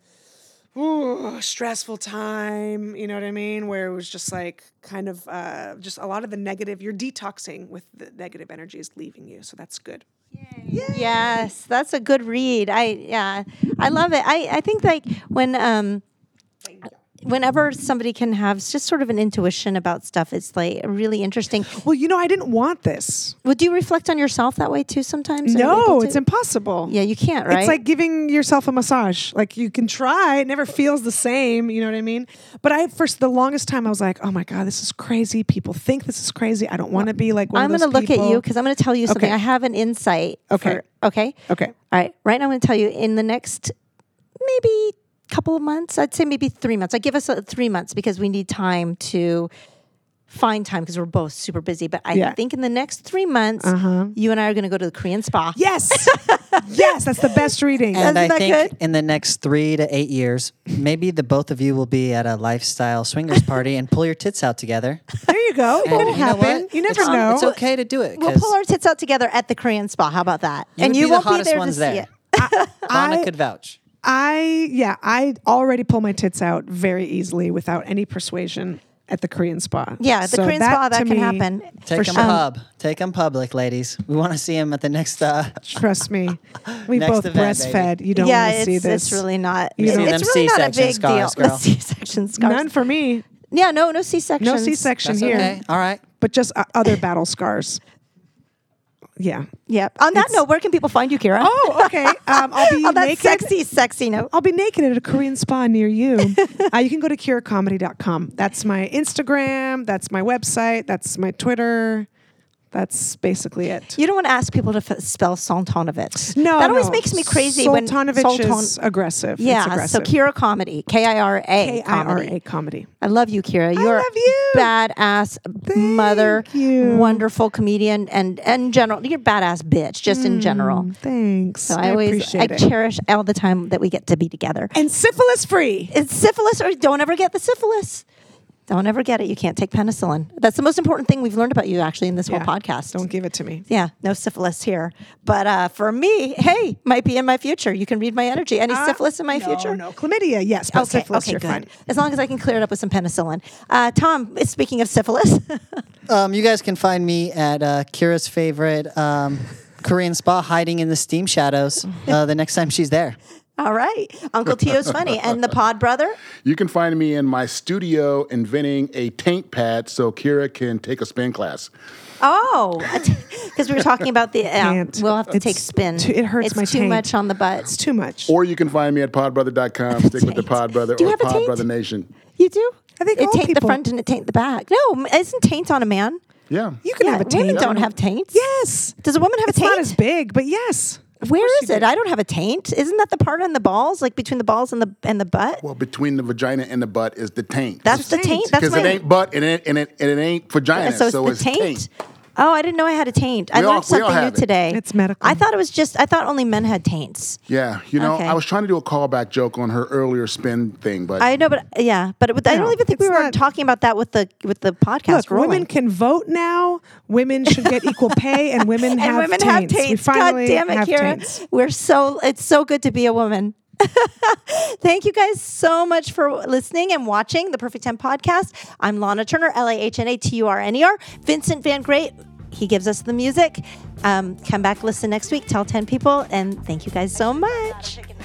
S3: Ooh, stressful time. You know what I mean? Where it was just like kind of uh, just a lot of the negative. You're detoxing with the negative energy is leaving you, so that's good.
S2: Yes, that's a good read. I yeah, I love it. I I think like when um whenever somebody can have just sort of an intuition about stuff, it's like really interesting.
S3: Well, you know, I didn't want this.
S2: Well, do you reflect on yourself that way too sometimes? Are you
S3: No,
S2: able
S3: it's
S2: to?
S3: impossible.
S2: Yeah, you can't, right?
S3: It's like giving yourself a massage. Like you can try, it never feels the same. You know what I mean? But I first the longest time I was like, oh my god, this is crazy. People think this is crazy. I don't want to be like one
S2: I'm
S3: of
S2: going to
S3: those
S2: look
S3: people.
S2: at you because I'm going to tell you something.
S3: Okay.
S2: I have an insight.
S3: Okay.
S2: for- okay.
S3: Okay.
S2: All right. Right now, I'm going to tell you in the next maybe couple of months. I'd say maybe three months. I give us uh, three months because we need time to find time because we're both super busy. But I
S3: Yeah.
S2: Uh-huh. think in the next three months, you and I are going to go to the Korean spa.
S3: Yes. yes, that's the best reading.
S2: Isn't
S5: And I
S2: that
S5: think
S2: good?
S5: in the next three to eight years, maybe the both of you will be at a lifestyle swingers party and pull your tits out together.
S3: there you go. It
S5: And
S3: could
S5: you know what?
S3: happen. You never
S5: It's-
S3: know.
S5: It's okay to do it.
S2: We'll
S5: 'cause
S2: pull our tits out together at the Korean spa. How about that?
S5: you would
S2: and you
S5: be
S2: won't
S5: the hottest
S2: be there
S5: ones
S2: to
S5: there.
S2: see it.
S5: Lana could vouch.
S3: I yeah, I already pull my tits out very easily without any persuasion at the Korean spa.
S2: Yeah, at the
S3: So
S2: Korean spa that
S3: to
S2: can
S3: me-
S2: happen.
S5: Take
S3: For
S5: them
S3: sure.
S5: pub. Take them public, ladies. We want to see them at the next. Uh,
S3: Trust me, we
S5: Next
S3: both
S5: event,
S3: breastfed. You don't
S2: yeah,
S3: want to
S2: it's,
S3: see this.
S2: it's really not.
S3: You
S2: it's
S3: don't-
S2: it's
S5: See them
S2: really not a
S5: C-section
S2: big
S5: scars,
S2: deal.
S5: girl.
S2: The C-section scars.
S3: none for me.
S2: Yeah, no, no C-sections.
S3: No C-section
S5: that's
S3: here,
S5: okay. All right.
S3: but just uh, other battle scars. Yeah.
S2: Yep. On that note, where can people find you, Kira?
S3: Oh, okay. Um, I'll be
S2: on that
S3: naked.
S2: sexy, sexy note.
S3: I'll be naked at a Korean spa near you. uh, you can go to curacomedy.com. That's my Instagram. That's my website. That's my Twitter. That's basically it.
S2: You don't want to ask people to f- spell Solntonovich.
S3: No,
S2: that always
S3: no.
S2: makes me crazy when
S3: Soltanovich
S2: Solton-
S3: is aggressive. It's
S2: Yeah,
S3: aggressive.
S2: so Kira comedy, K I R A
S3: K I R A
S2: comedy.
S3: comedy.
S2: I love you, Kira. You're
S3: love you.
S2: a badass mother,
S3: you.
S2: wonderful comedian, and and general. You're a badass bitch, just in general.
S3: Thanks.
S2: So
S3: Mm. I,
S2: I, always I
S3: appreciate it.
S2: cherish all the time that we get to be together.
S3: and syphilis free.
S2: It's syphilis, or don't ever get the syphilis. Don't ever get it. You can't take penicillin. That's the most important thing we've learned about you actually in this
S3: Yeah.
S2: whole podcast.
S3: Don't give it to me.
S2: Yeah, no syphilis here. But uh, for me, hey, might be in my future. You can read my energy. Any syphilis in my
S3: Uh, no,
S2: future?
S3: No, chlamydia. Yes, but
S2: Okay,
S3: syphilis.
S2: okay,
S3: you're
S2: good.
S3: fine.
S2: As long as I can clear it up with some penicillin. Uh, Tom, speaking of syphilis,
S5: Um, you guys can find me at uh, Kira's favorite um, Korean spa, hiding in the steam shadows. Uh, the next time she's there.
S2: all right, Uncle Tio's funny, and the Pod Brother.
S1: You can find me in my studio inventing a tank pad so Kira can take a spin class.
S2: Oh, because we were talking about the. Uh,
S3: Can't.
S2: we'll have to
S3: It's
S2: take spin.
S3: too- it hurts
S2: It's
S3: my
S2: too
S3: taint.
S2: much on the
S3: It's
S2: butt.
S3: too much.
S1: Or you can find me at podbrother.com. Stick with the
S2: Taint.
S1: Podbrother
S2: Do you
S1: or
S2: have a taint?
S1: Podbrother Nation.
S2: You do.
S3: I think
S2: it
S3: all
S2: taint the
S3: people-
S2: front and it taint the back. No, isn't taint on a man?
S1: Yeah.
S3: you can
S2: Yeah,
S3: have a
S2: women
S3: taint.
S2: don't have taints.
S3: Yes.
S2: Does a woman have
S3: It's
S2: a taint?
S3: not as big, but yes. Of course
S2: Where is
S3: you
S2: it?
S3: do.
S2: I don't have a taint. Isn't that the part on the balls, like between the balls and the and the butt?
S1: well, between the vagina and the butt is the taint.
S2: That's the
S3: taint.
S2: taint. That's
S1: because
S2: my. Uh,
S1: it ain't butt and it, and it, and it ain't vagina.
S2: so it's the taint. Oh, I didn't know I had a taint. I
S1: We all-
S2: learned
S1: we all
S2: something new
S1: have it.
S2: today.
S3: It's medical.
S2: I thought it was just. I thought only men had taints.
S1: Yeah. You know,
S2: Okay.
S1: I was trying to do a callback joke on her earlier spin thing, but
S2: I know, but yeah, but it, I
S3: No,
S2: don't even think we
S3: it's
S2: were
S3: not-
S2: talking about that with the with the podcast.
S3: Look,
S2: rolling.
S3: women can vote now. Women should get equal pay, and women
S2: and
S3: have
S2: women
S3: taints.
S2: have
S3: We
S2: taints. God
S3: finally
S2: damn it,
S3: have
S2: Karen.
S3: taints.
S2: We're so it's so good to be a woman. Thank you guys so much for listening and watching the Perfect 10 podcast. I'm Lana Turner, L A H N A T U R N E R. Vincent Van Great, he gives us the music. Um, come back, listen next week, tell 10 people, and thank you guys so much.
S6: chicken